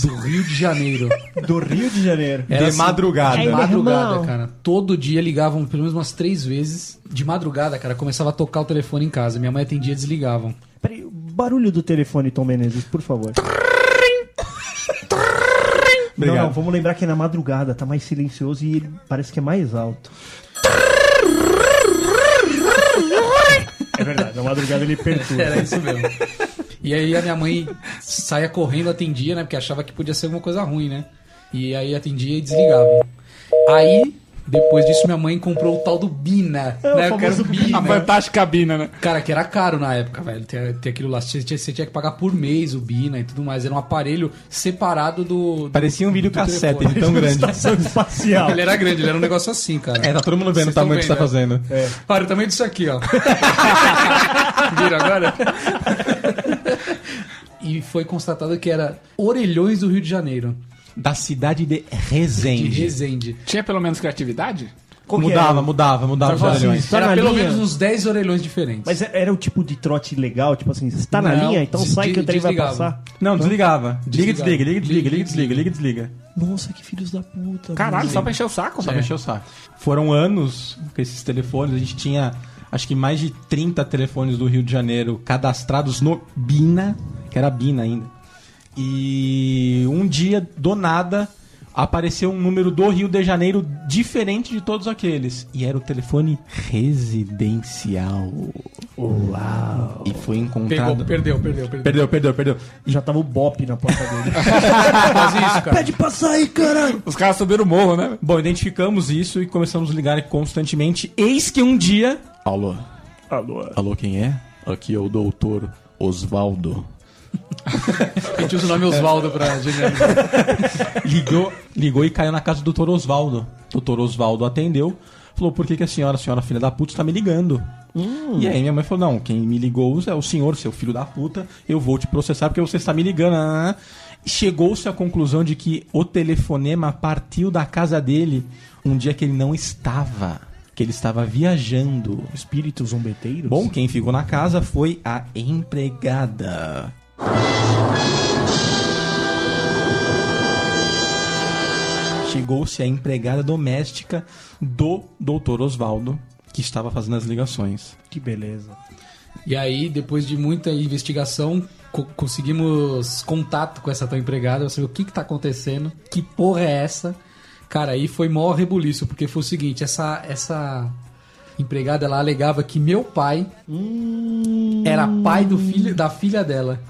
E: do Rio de Janeiro.
D: Do Rio de Janeiro.
E: Era assim,
B: de madrugada.
E: De madrugada,
D: irmão.
E: cara. Todo dia ligavam pelo menos umas três vezes. De madrugada, cara, começava a tocar o telefone em casa. Minha mãe atendia e desligavam.
D: Peraí, barulho do telefone, Tom Menezes, por favor. Não, não,
B: Obrigado.
D: vamos lembrar que é na madrugada, tá mais silencioso e ele parece que é mais alto. É verdade, na madrugada ele perturba.
E: Era isso mesmo. E aí a minha mãe saía correndo, atendia, né? Porque achava que podia ser alguma coisa ruim, né? E aí atendia e desligava. Aí, depois disso, minha mãe comprou o tal do Bina.
D: É, o
E: né? Eu quero
D: famoso Bina.
C: A fantástica cabina, né?
E: Cara, que era caro na época, velho. Ter, ter aquilo lá. Você tinha, você tinha que pagar por mês o Bina e tudo mais. Era um aparelho separado do. do-
B: *laughs* Parecia um
E: do
B: videocassete
E: telefone.
B: de *laughs* tão grande.
D: Estação espacial.
E: Ele era grande, ele era um negócio assim, cara.
B: É, tá todo mundo vendo o
E: Vocês
B: tamanho que você
E: tão
B: tá fazendo.
E: Olha, o tamanho disso aqui, *laughs* ó. Viram agora? *laughs* e foi constatado que era Orelhões do Rio de Janeiro,
B: Da cidade de
E: de
B: Resende.
E: Resende.
C: Tinha pelo menos criatividade?
D: Qual que
B: mudava,
D: era?
B: mudava,
E: Tá
B: mudava os
D: Só fala assim,
B: orelhões.
D: Só
E: era
D: na
E: pelo
D: linha.
E: menos uns 10 orelhões diferentes.
D: Mas era era o tipo de trote legal, tipo assim, você tá na
E: um Não,
D: linha, então
E: des-
D: sai que o trem vai
E: desligava.
D: passar.
B: assim. Não, desligava. Liga, desliga, liga, desliga, liga,
E: Liga,
B: desliga, liga, desliga.
D: Nossa, que filhos da puta.
C: Caralho, só pra encher o saco,
B: Só
C: né?
E: É.
C: velho.
B: mexer o saco. Foram anos com esses telefones, a gente tinha acho que mais de 30 telefones do Rio de Janeiro cadastrados no Bina, que era Bina ainda. E um dia, do nada, apareceu um número do Rio de Janeiro diferente de todos aqueles. E era o telefone residencial. Uau! E foi
E: Pegou,
B: encontrado.
E: perdeu, perdeu, perdeu.
B: Perdeu, perdeu, perdeu.
D: Já tava o Bop na porta dele.
E: Quase isso, cara.
D: Pede passar aí, caralho.
C: Os caras subiram o morro, né?
B: Bom, identificamos isso e começamos a ligar constantemente. Eis que um dia. Alô. Alô. Alô, quem é? Aqui é o doutor Osvaldo.
E: A gente usa o nome Oswaldo pra generalizar.
B: Ligou, ligou e caiu na casa do doutor Osvaldo. Doutor Osvaldo atendeu. Falou, por que, que a senhora, a senhora filha da puta, está me ligando? E aí minha mãe falou, não, quem me ligou é o senhor, seu filho da puta. Eu vou te processar porque você está me ligando. Ah, ah, ah. Chegou-se à conclusão de que o telefonema partiu da casa dele um dia que ele não estava. Que ele estava viajando.
D: Espíritos zombeteiros?
B: Bom, quem ficou na casa foi a empregada. Chegou-se a empregada doméstica do Dr. Osvaldo, que estava fazendo as ligações.
D: que beleza.
E: E aí, depois de muita investigação, co- conseguimos contato com essa tal empregada pra saber o que que tá acontecendo, que porra é essa. Cara, aí foi maior rebuliço, porque foi o seguinte, essa, essa empregada, ela alegava que meu pai era pai do filho, da filha dela.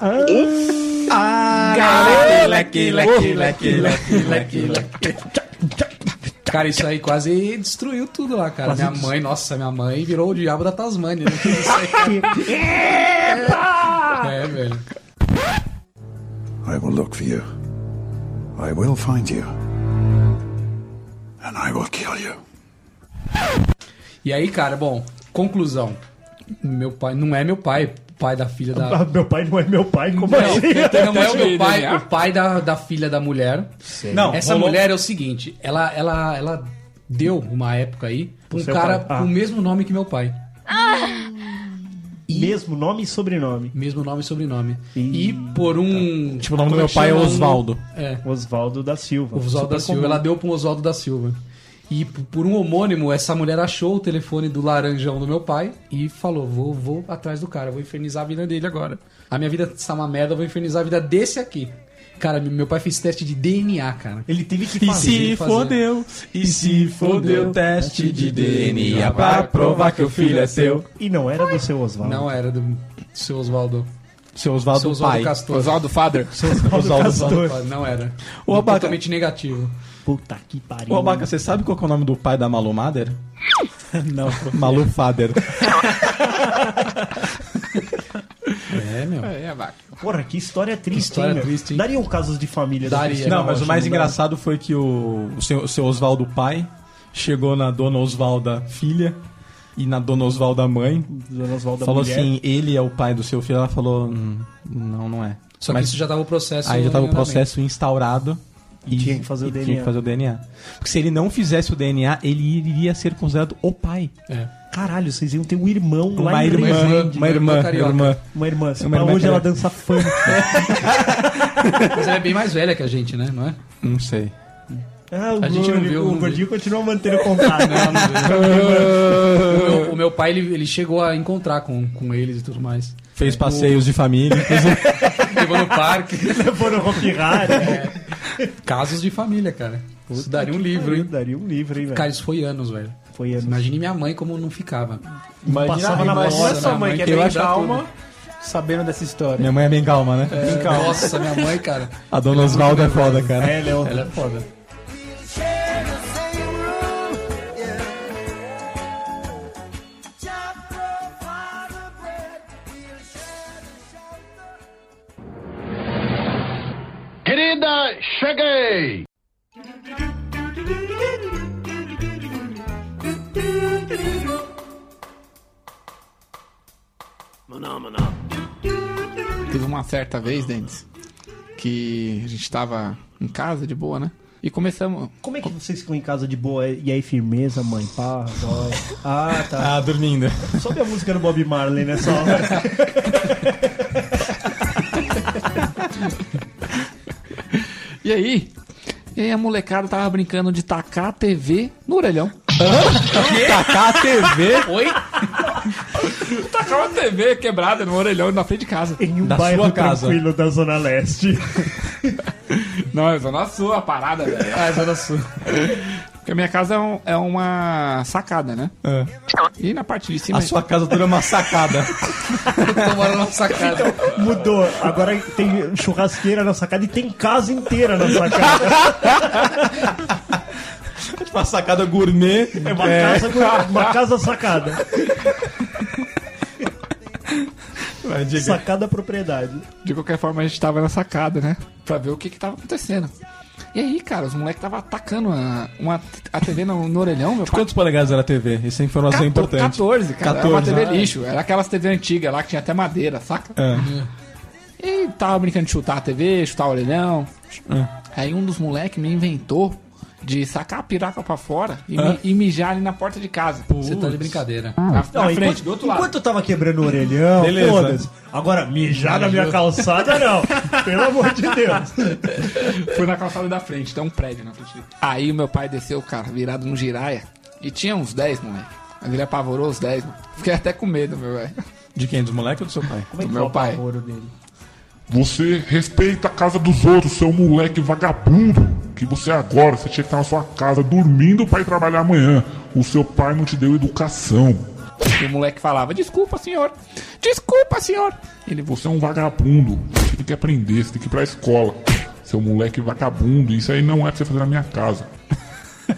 E: Cara, isso aí quase destruiu tudo lá, cara. minha mãe, nossa, minha mãe virou o diabo da Tasmânia. Né? *laughs* Isso aí. é, velho.
G: I will look for you. I will find you. And I will kill you.
E: E aí, cara, bom, conclusão. Meu pai não é meu pai, pai da
B: *laughs*
E: filha da.
D: Ah, meu pai não é meu pai, como
E: Não,
D: assim?
E: não é o meu pai,
C: DNA.
E: o pai da, da filha da mulher.
B: Não,
E: Essa
B: rolou-
E: mulher é o seguinte, ela, ela, ela deu uma época aí pra um
D: seu
E: cara
D: pai. Ah.
E: com o mesmo nome que meu pai.
D: Mesmo nome e sobrenome.
E: Mesmo nome e sobrenome. E por um.
B: Tipo, o nome do
E: como
B: meu
E: que
B: pai é
E: chama? Um-
B: Osvaldo.
E: É.
D: Oswaldo da Silva.
E: Oswaldo da
D: Super
E: Silva.
D: comum.
E: Ela deu pra um Oswaldo da Silva. E p- por um homônimo, essa mulher achou o telefone do laranjão do meu pai e falou: vou, vou atrás do cara, vou infernizar a vida dele agora. A minha vida está uma merda, eu vou infernizar a vida desse aqui. Cara, meu pai fez teste de DNA, cara.
D: Ele teve que
B: E se fodeu, e se fodeu teste de DNA pra provar que o filho é seu.
D: E não era do seu Oswaldo.
E: Não era do seu Oswaldo.
B: Seu
E: Seu
B: Oswaldo
E: Oswaldo
B: Pai.
E: Castor.
C: Oswaldo Fader.
B: Oswaldo
D: Castor.
B: Pai.
E: Não era.
B: Ô, Abaca.
E: Totalmente negativo.
D: Puta que pariu.
B: Ô, Abaca, você sabe qual que é o nome do pai da Malu *laughs* Mader?
F: Não.
B: Malu Fader.
E: É, meu.
C: É, vaca.
D: Porra, que história triste,
E: história
D: hein, meu?
E: triste, hein?
D: Dariam casos de família.
E: Daria.
D: desse tipo?
B: Não, mas o
E: ótimo,
B: mais
E: né?
B: engraçado foi que o, o seu, o seu Oswaldo Pai chegou na dona Osvalda Filha e na dona Osvalda Mãe.
D: Dona Oswalda
B: Falou
D: mulher.
B: assim, ele é o pai do seu filho. Ela falou, "Hum, não, não é.
E: Só que
B: Mas-
E: isso já tava o processo.
B: Aí já tava
E: em
B: o processo instaurado.
D: E tinha que fazer o
B: tinha
D: DNA.
B: que fazer o DNA. Porque se ele não fizesse o DNA, ele iria ser considerado o pai.
E: andamento.
D: Caralho, vocês iam ter um irmão lá
B: Uma
D: em
B: irmã,
D: Rio. né?
B: uma irmã, uma
E: carioca.
B: irmã.
D: Uma irmã. Pra
B: Uma irmã
D: hoje ela
B: carioca.
D: dança
E: *laughs*
D: funk.
E: É. Mas ela é bem mais velha que a gente, né?
B: *laughs*
E: Não é?
B: Não sei.
D: Ah, o
E: A gente não
D: Gordinho-
E: viu,
D: O
E: não
D: gordinho
E: *laughs*
D: continua mantendo contato.
E: O meu, o meu pai, ele, ele chegou a encontrar com, com eles e tudo mais.
D: É,
B: Fez passeios de
D: *laughs*
B: família. inclusive.
E: Levou no parque. *laughs*
D: Foram Rock Rara.
E: Casos de família, cara. Isso daria um livro, hein?
D: Daria um livro, hein, velho?
E: Cara, isso foi anos, velho.
D: Foi anos.
E: Imagine minha mãe como não ficava.
F: Imagina,
D: Passava na
F: imagina
D: bola,
F: sua
E: né?
F: mãe, que é
E: Eu
F: bem
E: acho-
F: calma, sabendo dessa história.
B: Minha mãe é bem calma, né?
E: Nossa, minha mãe, cara.
B: A dona Osvalda é foda, cara.
D: É, Léo.
E: Ela é foda.
L: Querida, cheguei!
C: Teve uma certa vez, Dentes, que a gente tava em casa de boa, né? E começamos.
D: Como é que vocês ficam em casa de boa? E aí, firmeza, mãe? Pá, dói. Ah, tá.
B: Ah, dormindo.
D: Sobe a música do Bob Marley
B: *laughs*
D: né, nessa hora.
C: E aí? E aí a molecada tava brincando de tacar a TV no orelhão.
B: Tacar a TV
C: Oi? tacar uma TV quebrada no orelhão na frente de casa.
D: Em um
B: Da
D: bairro
B: sua casa.
D: tranquilo da Zona Leste.
C: Não, é zona sua a parada, velho. Ah, é zona sua. Porque a minha casa é, um- é uma sacada, né? E na parte de cima.
B: A sua casa toda é uma sacada.
E: Tomaram na sacada.
D: Mudou. Agora tem churrasqueira na sacada e tem casa inteira na sacada.
B: Tipo, a sacada gourmet.
D: É uma, Casa, uma casa sacada.
B: Vai, diga.
D: Sacada propriedade.
C: De qualquer forma, a gente tava na sacada, né? Pra ver o que que tava acontecendo. E aí, cara, os moleques tava atacando a, uma, a TV no, no orelhão, meu pai.
B: Quantos polegadas era a TV? Essa é informação
C: Quator-
B: importante.
C: 14, cara. Era uma
B: 14,
C: TV
B: ah, é.
C: lixo. Era aquelas TV antigas lá que tinha até madeira, saca?
B: É.
C: E tava brincando de chutar a TV, chutar o orelhão.
B: É.
C: Aí um dos moleques me inventou de sacar a piraca pra fora e,
B: É.
C: mi- e mijar ali na porta de casa.
E: Você tá de brincadeira.
C: Na, na frente,
D: enquanto,
C: do outro lado.
D: enquanto eu tava quebrando o orelhão,
B: Beleza.
D: foda-se. Agora, mijar na minha calçada, não. Pelo amor de Deus.
C: Fui na calçada da frente, tem um prédio na frente dele. Aí meu pai desceu, cara, virado num giraia. E tinha uns 10, moleque. Mas ele apavorou os 10, mano. Fiquei até com medo, meu velho.
B: De quem? Dos moleques ou do seu pai?
D: Como é
C: Do
D: que
C: meu
D: foi o
C: pai.
D: apavoro dele?
L: Você respeita a casa dos outros, seu moleque vagabundo. Que você é agora, você tinha que estar na sua casa dormindo pra ir trabalhar amanhã. O seu pai não te deu educação.
C: E o moleque falava: Desculpa, senhor. Desculpa, senhor. Ele,
L: Você é um vagabundo. Você tem que aprender, você tem que ir pra escola. Seu moleque vagabundo, isso aí não é pra você fazer na minha casa.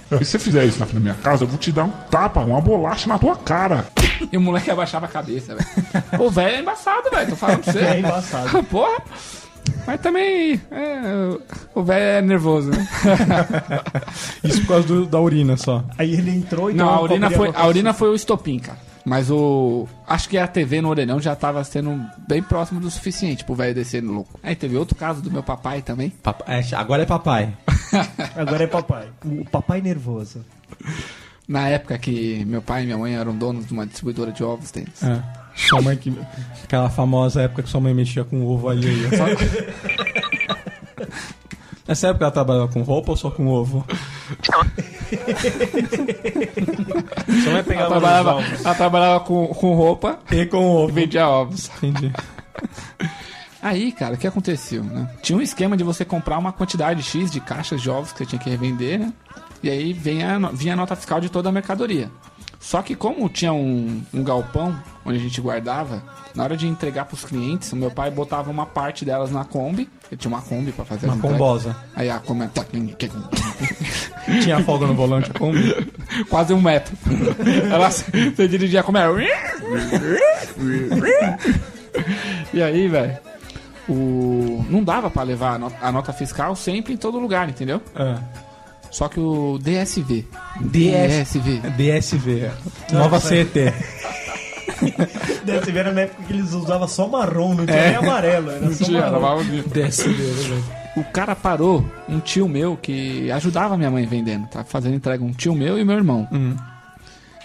L: Se você fizer isso na na minha casa, eu vou te dar um tapa, uma bolacha na tua cara.
C: E o moleque abaixava a cabeça, velho. o velho é embaçado, velho. Tô falando pra você.
D: *laughs* É embaçado.
C: Porra. Mas também. é, o velho é nervoso,
D: *laughs*
C: né?
B: Isso por causa do- da urina só.
D: Aí ele entrou e
C: Não,
D: tomou
C: Então, a
D: um
C: urina,
D: copo
C: foi,
D: de água
C: a urina foi o estopim, cara. Mas o. Acho que a TV no orelhão já tava sendo bem próximo do suficiente pro velho descer no louco. Aí teve outro caso do meu papai também.
B: Papai- é, agora é papai.
D: Agora é papai. O papai nervoso.
C: Na época que meu pai e minha mãe eram donos de uma distribuidora de ovos, tem.
B: É. Sua mãe que. Aquela famosa época que sua mãe mexia com ovo alheio. Só... *laughs* Nessa época ela trabalhava com roupa ou só com ovo?
C: Só vai
F: pegar
C: ela
F: vários
C: trabalhava,
F: ovos.
C: ela trabalhava com, com roupa
B: e com ovo.
C: vendia ovos.
B: Entendi.
C: Aí, cara, o que aconteceu, né? Tinha um esquema de você comprar uma quantidade X de caixas de ovos que você tinha que revender, né? E aí vem a, no- vinha a nota fiscal de toda a mercadoria. Só que como tinha um, um galpão onde a gente guardava, na hora de entregar pros clientes, o meu pai botava uma parte delas na Kombi. Ele tinha uma Kombi pra fazer
B: Uma
C: as entregas.
B: combosa.
C: Aí a Kombi...
B: Tinha folga no volante, a *laughs* Kombi.
C: Quase um metro. Ela, você dirigia como era. E aí, velho, o... não dava pra levar a, no- a nota fiscal sempre em todo lugar, entendeu?
B: É.
C: Só que o DSV. DSV.
B: DSV. é. Nova
D: Nossa.
B: CET.
D: Deve ter vindo na época que eles usavam só marrom, não tinha nem amarelo. Era
C: Não
D: só
C: tinha, É. era
D: marrom.
C: mal bonito.
B: é
C: O cara parou, um tio meu que ajudava minha mãe vendendo, tá fazendo entrega, um tio meu e meu irmão.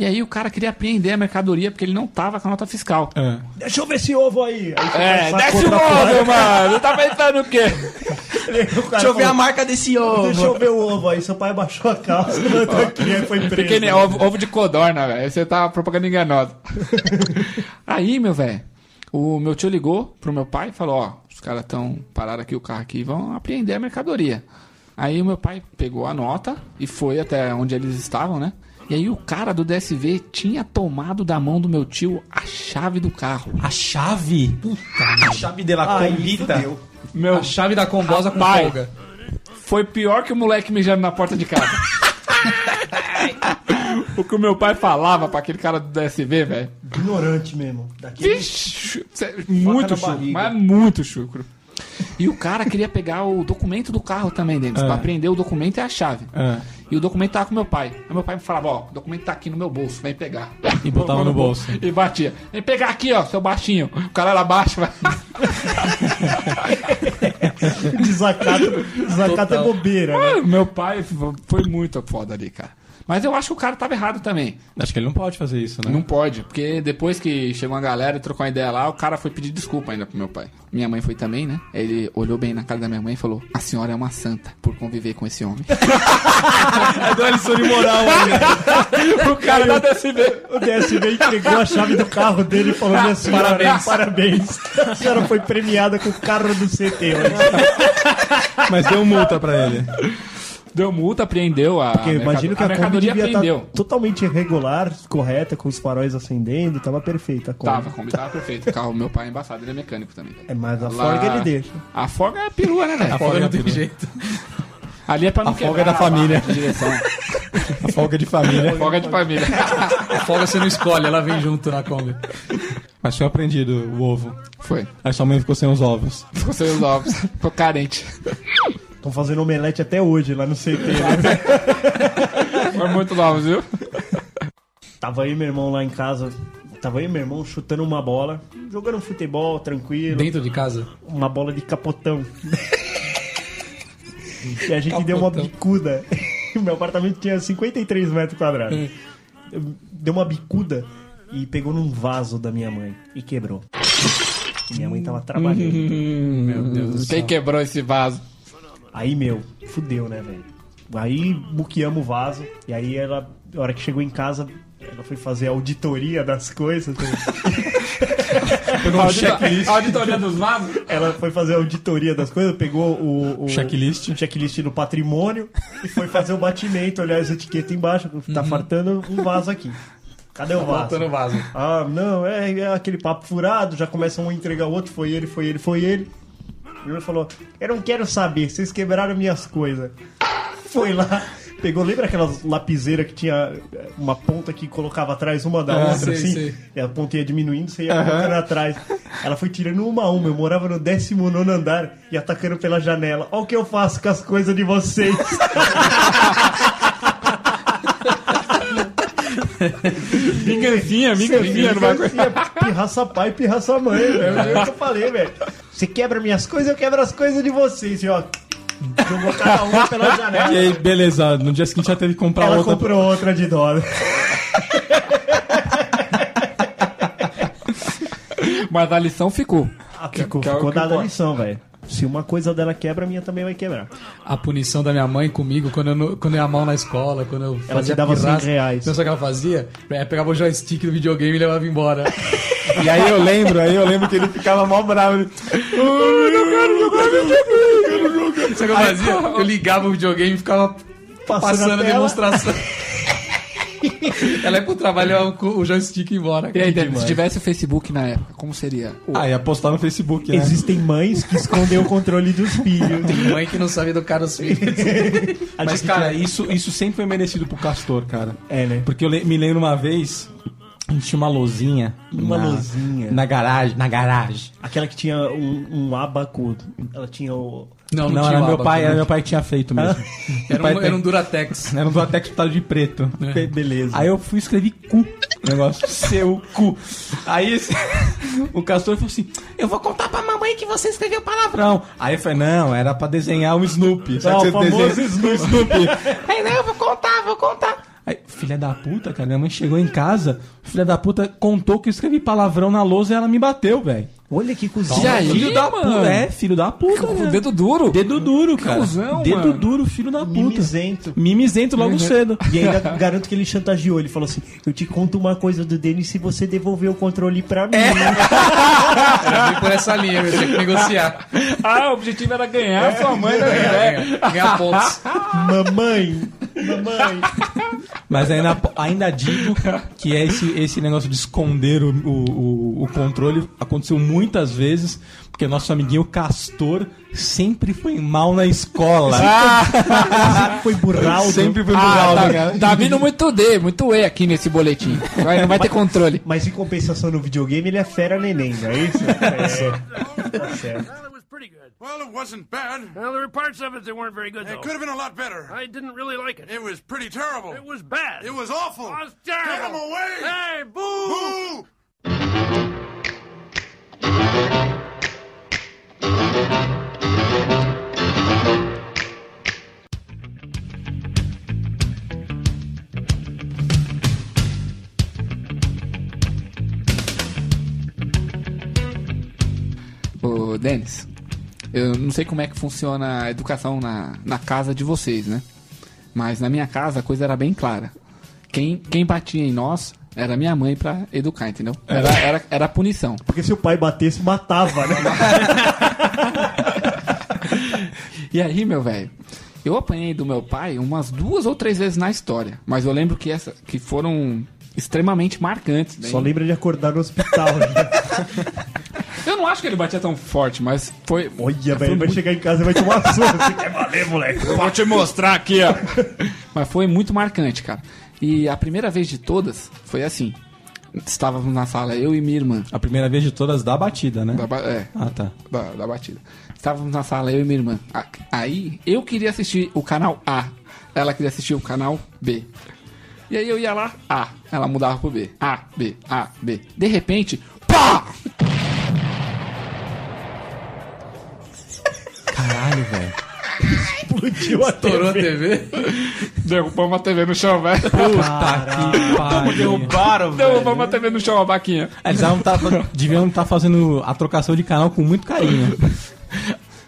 C: E aí o cara queria apreender a mercadoria porque ele não tava com a nota fiscal.
D: Deixa eu ver esse ovo aí. aí você
C: É,
D: vai sacar
C: desce o
D: outra
C: ovo,
D: placa.
C: mano! Tá pensando o quê?
D: O cara
H: Deixa eu ver
D: falou,
H: a marca desse ovo.
D: Deixa eu ver o ovo aí. Seu pai baixou a calça, *laughs* levantou aqui, aí foi preso.
C: Pequeno é ovo, ovo de codorna, velho. Você tá propaganda enganosa. aí, meu velho, o meu tio ligou pro meu pai e falou: Ó, os caras tão pararam aqui o carro aqui e vão apreender a mercadoria. Aí o meu pai pegou a nota e foi até onde eles estavam, né? E aí o cara do DSV tinha tomado da mão do meu tio a chave do carro.
B: A chave? A chave de la
D: Aí
B: Combita.
D: fudeu.
C: Meu
E: A chave da combosa com
C: Rapaz.
E: folga.
C: Foi pior que o moleque mijando na porta de casa. o que o meu pai falava pra aquele cara do DSV, velho.
D: Ignorante mesmo. Daqui *laughs*
C: Vixe, sério, muito
D: na
C: chucro,
D: barriga.
C: mas muito chucro. E o cara queria pegar o documento do carro também dentro, pra prender o documento e a chave. E o documento tava com meu pai. Aí meu pai me falava, ó, o documento tá aqui no meu bolso, vem pegar.
B: E botava no bolso.
C: E batia. Vem pegar aqui, ó, seu baixinho. O cara era baixo, vai.
D: desacato, desacato é bobeira, né?
C: *laughs* Meu pai foi muito foda ali, cara. Mas eu acho que o cara tava errado também.
B: Acho que ele não pode fazer isso, né?
C: Não pode, porque depois que chegou a galera e trocou uma ideia lá, o cara foi pedir desculpa ainda pro meu pai. Minha mãe foi também, né? Ele olhou bem na cara da minha mãe e falou: A senhora é uma santa por conviver com
B: *laughs*
C: esse homem.
F: Dá lição de moral.
C: o cara da DSB.
D: O DSB entregou a chave do carro dele e falou: Minha senhora, parabéns.
C: Parabéns.
D: *laughs* A senhora foi premiada com o carro do CT. hoje."
B: Mas deu multa pra ele.
C: Deu multa, apreendeu a.
D: Porque imagino que a, Kombi
C: mercadoria
D: devia tá
C: apreendeu.
D: estar totalmente regular, correta, com os faróis acendendo, tava perfeita a Kombi.
C: Tava, a Kombi tava perfeito. O carro, meu pai é embaçado, ele é mecânico também.
D: É, mas a
C: Lá-
D: forga ele deixa.
C: A folga é perua, né, velho?
B: A folga,
E: Tem jeito.
C: Ali é pra não
B: a folga é
C: quebrar
B: da família.
C: barra de direção.
B: *laughs* a folga de
E: *laughs*
B: família.
C: Folga de
B: *laughs*
C: família.
E: A folga você não escolhe, ela vem junto na Kombi.
B: Mas foi aprendido o ovo.
C: Foi.
B: Aí sua mãe ficou sem os ovos.
C: Ficou sem os ovos. Ficou carente.
D: Estão fazendo omelete até hoje lá no CT.
C: *laughs*
D: né?
C: Foi muito novos, viu?
D: Tava aí meu irmão lá em casa, tava aí meu irmão chutando uma bola, jogando futebol tranquilo,
E: Dentro de casa.
D: uma bola de capotão. e a gente deu uma bicuda. *laughs* Meu apartamento tinha 53 metros quadrados. Deu uma bicuda e pegou num vaso da minha mãe e quebrou. Minha mãe tava trabalhando.
E: meu Deus do
C: Quem
E: céu.
C: quebrou esse vaso?
D: Aí, meu, fudeu, né, velho? Aí buqueamos o vaso. E aí ela, na hora que chegou em casa, ela foi fazer a auditoria das coisas.
C: Audito- Auditoria dos vasos?
D: Ela foi fazer a auditoria das coisas, pegou o, o
B: Checklist.
D: o checklist do patrimônio e foi fazer o batimento, olhar as etiquetas embaixo. Tá fartando um vaso aqui. Cadê o vaso?
E: Botando Uhum. Tá o vaso.
D: Ah, não, é, é aquele papo furado, já começa um a entregar o outro, foi ele, foi ele, foi ele. O irmão falou, eu não quero saber, vocês quebraram minhas coisas. Foi lá, pegou, lembra aquelas lapiseiras que tinha eh, uma ponta que colocava atrás uma da
E: Ah,
D: outra,
E: sei,
D: assim?
E: sei.
D: E a ponta ia diminuindo, você ia colocando atrás. Ela foi tirando uma a uma, eu morava no 19 andar e atacando pela janela. Olha o que eu faço com as coisas de vocês.
C: Vingancinha, vingancinha,
D: Vingancinha,
C: não vai
D: Pirraça pai, pirraça mãe, velho. É o que eu falei, velho. Você quebra minhas coisas, eu quebro as coisas de vocês, e ó. Jogou cada uma pela
B: E
D: janela.
B: aí, beleza, no dia seguinte já teve que comprar
D: Ela
B: outra.
D: comprou outra de né? dólar.
C: Mas a lição ficou.
D: Ah, ficou
C: que é o
D: ficou
C: que
D: dada a
B: Ah, é
C: importa.
D: lição, velho. Se uma coisa dela quebra, a minha também vai quebrar.
E: A punição da minha mãe comigo quando eu, não- quando eu ia mal na escola, quando eu
D: Ela te dava 100 reais.
E: Não sabe o que ela fazia? É, pegava o joystick do videogame e levava embora.
F: E aí eu lembro, aí eu lembro que ele ficava mal bravo. ele, "Ai, eu quero jogar videogame, eu quero
E: *laughs* Sabe o
F: jogar."
E: que eu fazia? Eu ligava o videogame e ficava
F: Passando
E: passando,
F: a
E: a *laughs*
F: tela.
E: demonstração. Ela ia pro trabalho e levava o joystick embora.
C: E aí, Débora,
E: Demais.
C: se tivesse o Facebook na época, como seria?
B: Ah, ia postar no Facebook, né?
D: Existem mães que escondem o controle dos filhos.
E: Tem mãe que não sabe educar os
D: *laughs*
E: filhos.
B: Mas, cara, isso, isso sempre foi merecido pro Castor, cara.
D: É, né?
B: Porque eu le- me lembro uma vez, a gente tinha uma lozinha.
D: Uma
B: na,
D: lozinha.
B: Na garagem, na garagem.
D: Aquela que tinha um, um abaco. Ela tinha o.
E: Não,
B: Não,
E: não, tinha
B: era
E: o
B: meu
E: Abaco,
B: pai,
E: né?
B: era meu pai que tinha feito mesmo. Meu
E: Era
B: pai
E: um,
B: pe-
E: era um Duratex.
B: era um Duatex pintado de preto.
D: Be- Beleza.
B: É. Aí eu fui e escrevi cu. O negócio *laughs* seu cu. Aí esse- *laughs* o Castor falou assim: Eu vou contar pra mamãe que você escreveu palavrão. Aí eu falei: Não, era pra desenhar um Snoopy.
D: Ah,
B: que
D: o famoso
B: desenha- um *laughs* Snoopy. Aí não, eu vou contar, vou contar. Aí, filha da puta, cara, minha mãe chegou em casa, filha da puta contou que eu escrevi palavrão na lousa e ela me bateu, velho.
D: Olha que
C: E
D: cozinha.
C: aí,
B: filho da
C: mano?
B: puta, é, filho da puta.
C: Com o
B: né?
C: dedo duro.
B: Dedo duro, cara.
C: cuzão,
B: Dedo
C: mano.
B: duro, filho da puta.
D: Mimizento.
B: Mimizento logo cedo.
D: E ainda garanto que ele chantageou. Ele falou assim: Eu te conto uma coisa do Denis se você devolver o controle pra mim.
E: É. Era bem por essa linha, eu tinha que negociar. É.
C: Ah, o objetivo era ganhar sua mãe da
E: Ganhar ganhar pontos.
D: Mamãe. Mamãe.
E: *laughs*
B: Mas ainda, ainda digo que é esse, esse negócio de esconder o, o, o- o controle aconteceu muitas vezes, porque nosso amiguinho Castor sempre foi mal na escola.
D: Foi burral.
B: sempre foi mal,
C: Ah,
B: né,
C: tá,
B: cara?
C: tá vindo muito D, muito E aqui nesse boletim. Vai, não vai ter controle.
D: Mas em compensação no videogame, ele é fera neném, não é isso? É. Tá certo.
M: Well, it was pretty good.
G: Well, it wasn't bad.
M: Well, there were parts of it that weren't very good,
G: It
M: though.
G: could have been a lot better.
M: I didn't really like it.
G: It was pretty terrible.
M: It was bad.
G: It was awful.
M: It was terrible.
G: Get him away!
M: Hey, boo!
G: Boo!
C: Ô, Denis, eu não sei como é que funciona a educação na, na casa de vocês, né? Mas na minha casa a coisa era bem clara. Quem, quem batia em nós era minha mãe pra educar, entendeu?
D: É.
C: Era, era, era a punição.
D: Porque se o pai batesse, matava, né?
C: E aí, meu velho, eu apanhei do meu pai umas duas ou três vezes na história. Mas eu lembro que, essa, que foram extremamente marcantes. né?
D: Só lembra de acordar no hospital. Né?
C: Eu não acho que ele batia tão forte, mas foi.
D: Olha, velho, ele vai chegar em casa e vai tomar surra. Você quer valer, moleque?
C: Vou te mostrar aqui, ó. Mas foi muito marcante, cara. E a primeira vez de todas foi assim. Estávamos na sala, eu e minha irmã.
B: A primeira vez de todas da batida, né?
C: Da, ba- é,
B: Ah, tá.
C: da, da batida. Estávamos na sala, eu e minha irmã. A- Aí eu queria assistir o canal A. Ela queria assistir o canal B. E aí eu ia lá, A. Ela mudava pro B. A, B, A, B. De repente, pá!
B: Caralho, velho.
D: Explodiu a
E: Torou a
D: TV.
E: TV.
C: Derrubamos a TV no chão, velho.
B: Tá Puta que pariu.
H: Derrubaram,
C: Então,
H: velho.
C: Derrubamos a TV no chão, a baquinha.
B: Eles não tá, deviam estar fazendo a trocação de canal com muito carinho.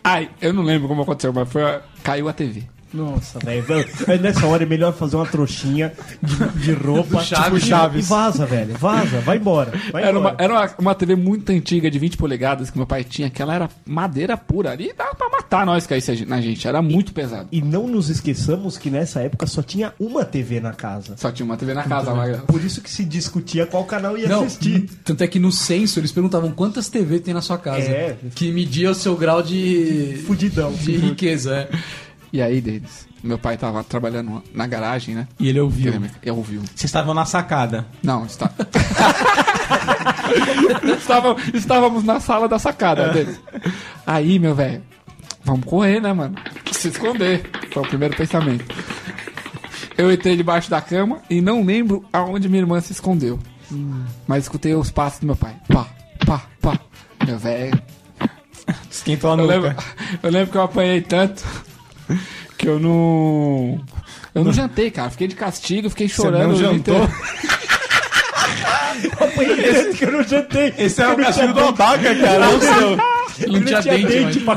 C: Ai, eu não lembro como aconteceu, mas foi. a- Caiu a TV.
D: Nossa, velho. É, Nessa hora é melhor fazer uma trouxinha de, de roupa.
E: Chaves.
D: tipo, E vaza, velho. Vaza. Vai embora. Vai
C: Era, uma,
D: embora.
C: era uma, uma TV muito antiga, de 20 polegadas, que meu pai tinha, que ela era madeira pura. Ali dava pra matar nós que caísse a gen- na gente. Era muito pesado.
D: E não nos esqueçamos que nessa época só tinha uma TV na casa.
C: Só tinha uma TV na casa lá.
D: Por isso que se discutia qual canal ia
E: Não,
D: assistir.
E: tanto é que no censo eles perguntavam quantas TV tem na sua casa.
D: É.
E: Que media o seu grau de.
D: Fudidão.
E: de riqueza, é.
C: E aí, deles, meu pai tava trabalhando na garagem, né?
B: E ele ouviu.
C: Eu ouviu.
B: Vocês estavam na sacada.
C: Não, está... *laughs* Estava, estávamos na sala da
B: É.
C: sacada deles. Aí, meu velho, vamos correr, né, mano? Se esconder. Foi o primeiro pensamento. Eu entrei debaixo da cama e não lembro aonde minha irmã se escondeu. Mas escutei os passos do meu pai. Pá, pá, pá. Meu velho.
B: Esquentou a
C: Eu lembro,
B: nuca.
C: eu lembro que eu apanhei tanto que eu não. Eu não, jantei, cara. Fiquei de castigo, fiquei chorando.
B: não
C: o dia
B: jantou?
C: inteiro.
D: Foi esse que eu não jantei.
B: *laughs* Esse é o cachorro do Abaca, cara.
E: Ele não tinha dente,
C: pra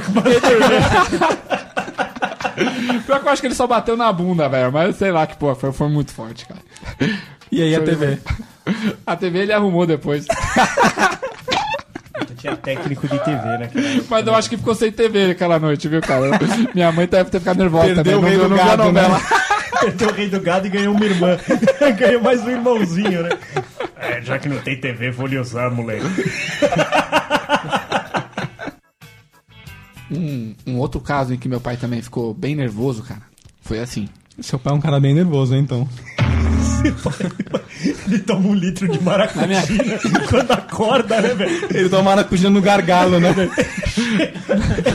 C: Pior que eu acho que ele só bateu na bunda, velho. Mas sei lá que, pô, foi, foi muito forte, cara.
B: E aí a TV?
C: A TV ele arrumou depois.
D: Tinha técnico de TV, né? cara? *laughs*
C: Mas eu acho que ficou sem TV aquela noite, viu, cara? Minha mãe deve ter ficado nervosa
D: Perdeu
C: também.
D: o
C: não
D: rei
C: viu-
D: do
C: não viu a
D: gado, né?
C: novela.
D: Perdeu o rei do gado e ganhou uma irmã. *laughs* ganhou mais um irmãozinho, né? É, já que não tem TV, vou lhe usar, moleque.
C: Um, um outro caso em que meu pai também ficou bem nervoso, cara, foi assim.
B: Seu pai é um cara bem nervoso, hein, então.
D: Ele toma um litro de maracujá *laughs* quando acorda, né, velho?
B: Ele toma maracujá no gargalo, né?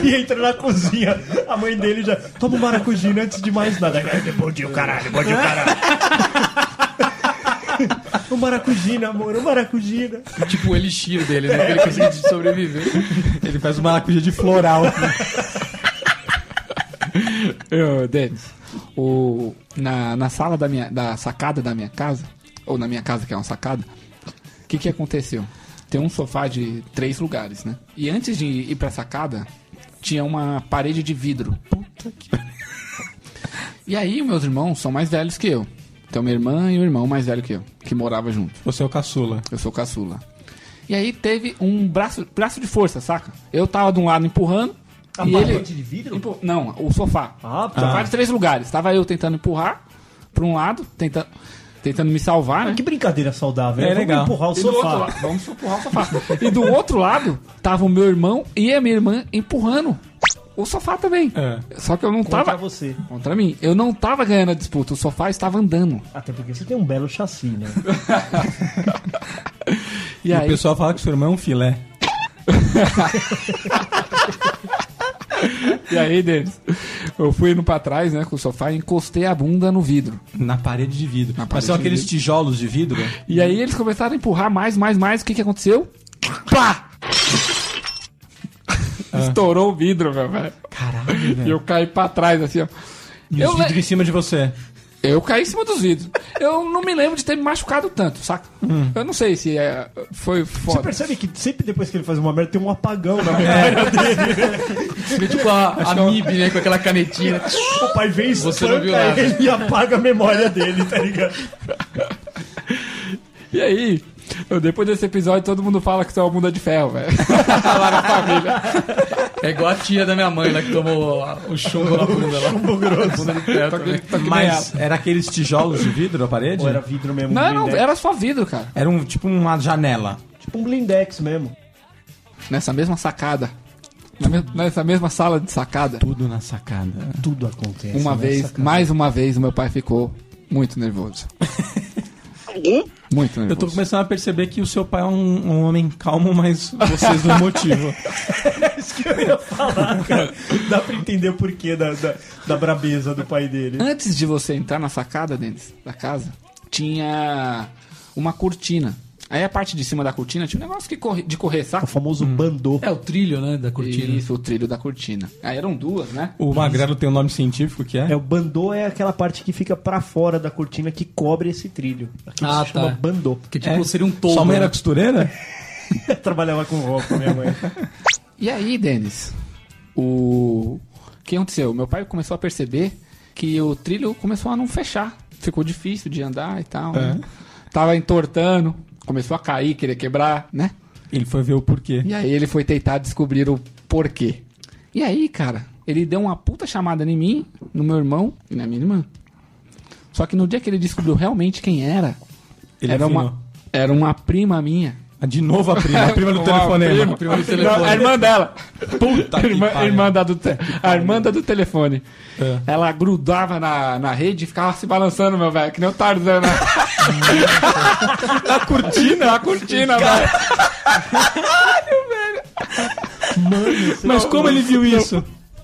D: E entra na cozinha. A mãe dele já toma um maracujá antes de mais nada. Bom dia, o caralho, bom dia, o *laughs* caralho. O maracujina, Um né, amor, Um né? o maracujina.
C: *laughs*
E: Tipo o elixir dele, né? Que ele conseguiu sobreviver.
B: Ele faz o maracujá de
C: *laughs*
B: floral.
C: Eu, Denis, o, na, na sala da minha, da sacada da minha casa, ou na minha casa que é uma sacada, o que que aconteceu? Tem um sofá de três lugares, né? E antes de ir pra sacada, tinha uma parede de vidro. Puta que *laughs* E aí, meus irmãos são mais velhos que eu. Então, minha irmã e o irmão mais velho que eu, que morava junto.
B: Você é o caçula.
C: Eu sou o caçula. E aí teve um braço, braço de força, saca? Eu tava de um lado empurrando.
D: A
C: e ele...
D: parede de vidro?
C: Empu- Não, o sofá.
D: tá Ah,
C: O Sofá
D: tá.
C: de três lugares. Tava eu tentando empurrar pra um lado, tentando, tentando me salvar, né?
D: Que brincadeira saudável. né? Vamos empurrar o
C: E do outro
D: sofá.
C: lado- vamos empurrar o sofá. e do outro lado, tava o meu irmão e a minha irmã empurrando o sofá também. Só que eu não
D: É. Contra
C: tava...
D: você.
C: Contra mim. Eu não tava ganhando a disputa, o sofá estava andando.
D: Até porque você tem um belo chassi, né?
C: E,
B: E
C: aí...
B: o pessoal fala que seu irmão é um filé.
C: E aí, Denis, eu fui indo pra trás, né, com o sofá e encostei a bunda no vidro.
B: Na parede de vidro. Mas
C: parede
B: são
C: de
B: aqueles
C: vidro.
B: tijolos de vidro.
C: E aí eles começaram a empurrar mais, mais, mais. O que que aconteceu? Pá! Estourou o vidro, meu Ah. velho.
B: Caralho,
C: E eu caí pra trás, assim, ó.
B: E
C: Eu
B: os
C: le-
B: vidros em cima de você.
C: Eu caí em cima dos vidros. Eu não me lembro de ter me machucado tanto, saca? Eu não sei se é, foi
D: Você
C: foda.
D: percebe que sempre depois que ele faz uma merda tem um apagão na memória dele.
E: Tipo a, a MIB, né? Com aquela canetinha.
C: É.
D: O pai vem
E: Você não viu
D: espanca
E: nada.
D: ele e apaga a memória dele, tá ligado?
C: E aí, eu- depois desse episódio, todo mundo fala que tu é uma bunda de ferro, velho. Lá na família.
E: É igual a tia da minha mãe, né? Que tomou a- o chumbo na bunda lá.
D: Chumbo grosso.
E: Bunda de né. ferro também.
B: Mas era aqueles tijolos de vidro a parede?
D: Ou era vidro
C: *laughs*
D: mesmo? um
C: Não, é. não,
D: blindex?
C: era só vidro, cara.
B: Era um, tipo uma janela.
D: tipo um blindex mesmo. *laughs*
C: Nessa mesma sacada. na me- Nessa mesma sala de sacada.
B: Tudo na sacada.
D: Tudo acontece.
C: Uma
D: né?
C: vez,
D: Essa-
C: mais uma vez, o meu pai ficou muito nervoso. muito nervoso.
B: Eu tô começando a perceber que o seu pai é um, um homem calmo, mas vocês não motivo.
D: É isso que eu ia falar, cara. Dá pra entender o porquê da, da, da brabeza do pai dele.
C: Antes de você entrar na sacada, Denis, da casa, tinha uma cortina. Aí a parte de cima da cortina tinha um negócio que corre- de correr,
D: O
C: saca?
D: famoso bandô.
E: É o trilho, né? Da cortina.
C: Isso, o trilho da cortina. Aí eram duas, né?
B: O Magrelo tem um nome científico que é?
D: É, o bandô é aquela parte que fica pra fora da cortina que cobre esse trilho. Aqui
E: Ah,
D: se chama
E: tá.
D: bandô.
E: Que tipo, seria um toldo.
B: Sua mãe era
E: né?
B: costureira?
D: Trabalhava com roupa, minha mãe.
C: E aí, Denis, o... o que aconteceu? Meu pai começou a perceber que o trilho começou a não fechar. Ficou difícil de andar e tal. né? Tava entortando, começou a cair, querer quebrar, né?
B: Ele foi ver o porquê.
C: E aí ele foi tentar descobrir o porquê. E aí, cara, ele deu uma puta chamada em mim, no meu irmão e na minha irmã. Só que no dia que ele descobriu realmente quem era,
B: Ele
C: era,
B: afinou.
C: uma, era uma prima minha.
B: Ah, De novo a prima, a prima do
C: *laughs* Uma
B: telefonema.
C: prima.
E: Prima do
C: Não, a
E: telefone.
C: irmã dela.
B: Puta que
C: irmã,
B: pariu.
C: irmã da do te- a irmã da do telefone.
B: É.
C: Ela grudava na, na rede e ficava se balançando, meu velho, que nem o Tarzan. *laughs* né? na cortina, na cortina, velho. é
B: Mas como ele viu isso?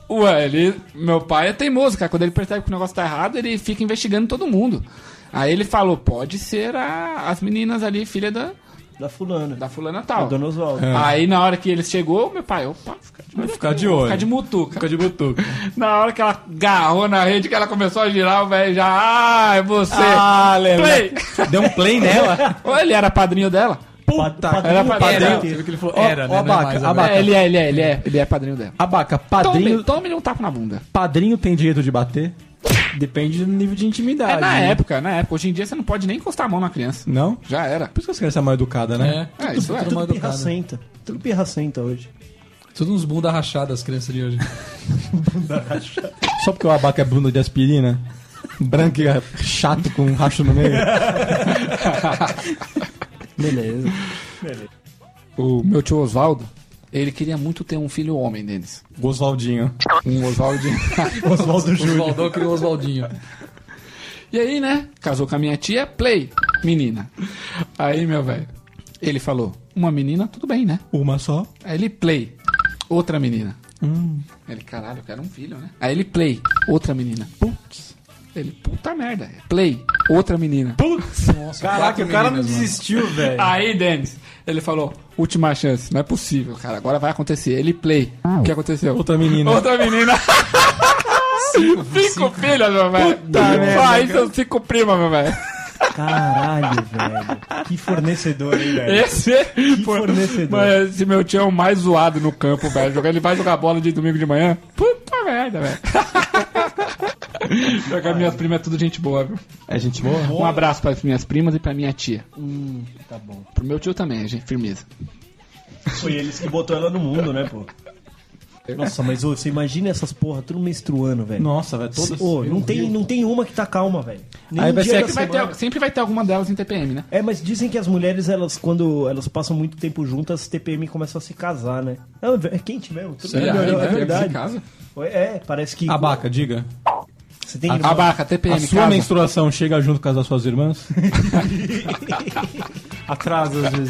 C: Ué, ele, meu pai é teimoso, cara. Quando ele percebe que o negócio tá errado, ele fica investigando todo mundo. Aí ele falou: pode ser a- as meninas ali, filha da,
D: *laughs* Da fulana. Da
C: da fulana tal.
D: Dona Oswaldo.
C: Aí na hora que ele chegou, meu pai, opa, fica de,
B: Vai ficar de olho.
C: fica de mutuca.
B: de butuca.
C: *laughs* Na hora que ela garrou na rede, que ela começou a girar, o velho já. Ah, é você!
B: Ah, lembra.
C: Play!
B: Deu um play nela.
C: Olha, ele era padrinho dela.
B: Puta
C: Padrinho,
B: Era
C: padrinho.
B: padrinho.
C: Você viu que ele falou
B: Ó,
C: era,
B: ó,
C: né? Não é
B: Abaca,
C: mais agora.
B: abaca.
C: É, ele é, ele é, ele é, ele é padrinho dela.
B: Abaca, Tá padrinho.
C: Tome- Tome-lhe um tapa na bunda.
B: Padrinho tem direito de bater?
F: Depende do nível de intimidade.
C: É na
B: né?
C: época, na época. Hoje em dia você não pode nem encostar a mão na criança.
B: Não?
C: Já era.
B: Por isso que as crianças são mal educadas, né?
C: É, isso é.
D: Tudo pirracenta. Tudo pirracenta hoje.
E: Tudo uns bunda rachada as
C: *laughs*
E: crianças de hoje.
B: Só porque o abaca é bunda de aspirina? Branco e é chato com um racho no meio?
C: Beleza. O meu tio Oswaldo, ele queria muito ter um filho homem deles.
B: Oswaldinho.
C: Um
B: *laughs*
C: Oswaldinho.
E: Oswaldo Júnior. Oswaldão criou Oswaldinho.
C: E aí, né? Casou com a minha tia, play, menina. Aí, meu velho, ele falou: uma menina, tudo bem, né?
B: Uma só. Hum.
C: Aí ele play, outra menina. Ele, caralho, eu quero um filho, né? Aí ele play, outra menina. Putz. Ele, puta merda. é Play, outra menina. Putz. Nossa,
F: Caraca,
C: quatro
F: o cara não
C: meninas, mano.
F: desistiu, velho.
C: Aí, Denis, ele falou: última chance, não é possível, cara. Agora vai acontecer. Ele play. O que aconteceu?
B: Outra menina.
C: *laughs* Outra
B: *laughs*
C: menina. Cinco, filhas, meu velho. Vai, são cinco primas, meu velho.
D: Caralho, velho. Que fornecedor, hein, velho?
C: Esse é,
D: Que fornecedor.
C: Mas esse meu tio é o mais zoado no campo, velho. Jogar- Ele vai jogar bola de domingo de manhã. Puta merda, velho. Jogar minhas primas é tudo gente boa, viu?
B: É gente boa?
C: Um abraço para minhas primas e para minha tia.
D: Hum, tá bom.
C: Pro meu tio também, gente, firmeza.
D: Foi eles que botou ela no mundo, né, pô? Nossa, mas ô, você imagina essas porra tudo menstruando, velho.
B: Nossa, velho, todas-
D: Ô, não, tem, não tem uma que tá calma, velho. Nenhum
C: Aí vai
D: dia
C: ser
D: da
C: que vai
D: semana.
C: ter, sempre vai ter alguma delas em TPM, né?
D: É, mas dizem que as mulheres, elas, quando elas passam muito tempo juntas, TPM começa a se casar, né? Não, é quente mesmo. Tudo
C: Será?
D: melhorou,
C: Vai
D: é
C: ter
D: verdade.
C: esse caso?
D: É, parece que.
B: Abaca, diga.
D: Você tem
B: A-
D: irmã?
C: Abaca, TPM,
B: A sua
C: casa.
B: menstruação chega junto com as das suas
C: *laughs*
B: irmãs?
F: Atrasa, às *laughs* vezes.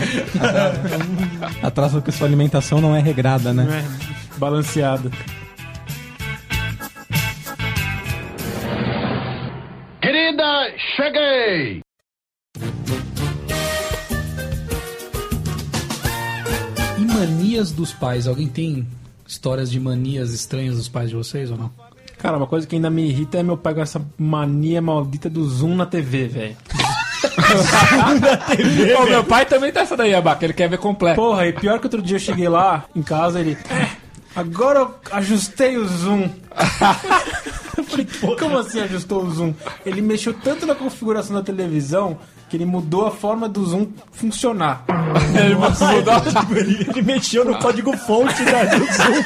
B: Atrás porque sua alimentação não é regrada, né?
F: Não é balanceado.
M: Querida, cheguei!
E: E manias dos pais? Alguém tem histórias de manias estranhas dos pais de vocês ou não?
F: Cara, uma coisa que ainda me irrita é meu pai com essa mania maldita do zoom na TV, velho.
C: Ô, meu pai também tá essa daí, Abaca. Ele quer ver completo.
F: Porra, e pior que outro dia eu cheguei lá em casa ele. "É, Agora eu ajustei o zoom. *laughs* Eu falei, como assim ajustou o zoom? Ele mexeu tanto na configuração da televisão que ele mudou a forma do zoom funcionar.
C: Ele mudou a
D: Ele, *laughs* ele mexeu no código fonte da do Zoom.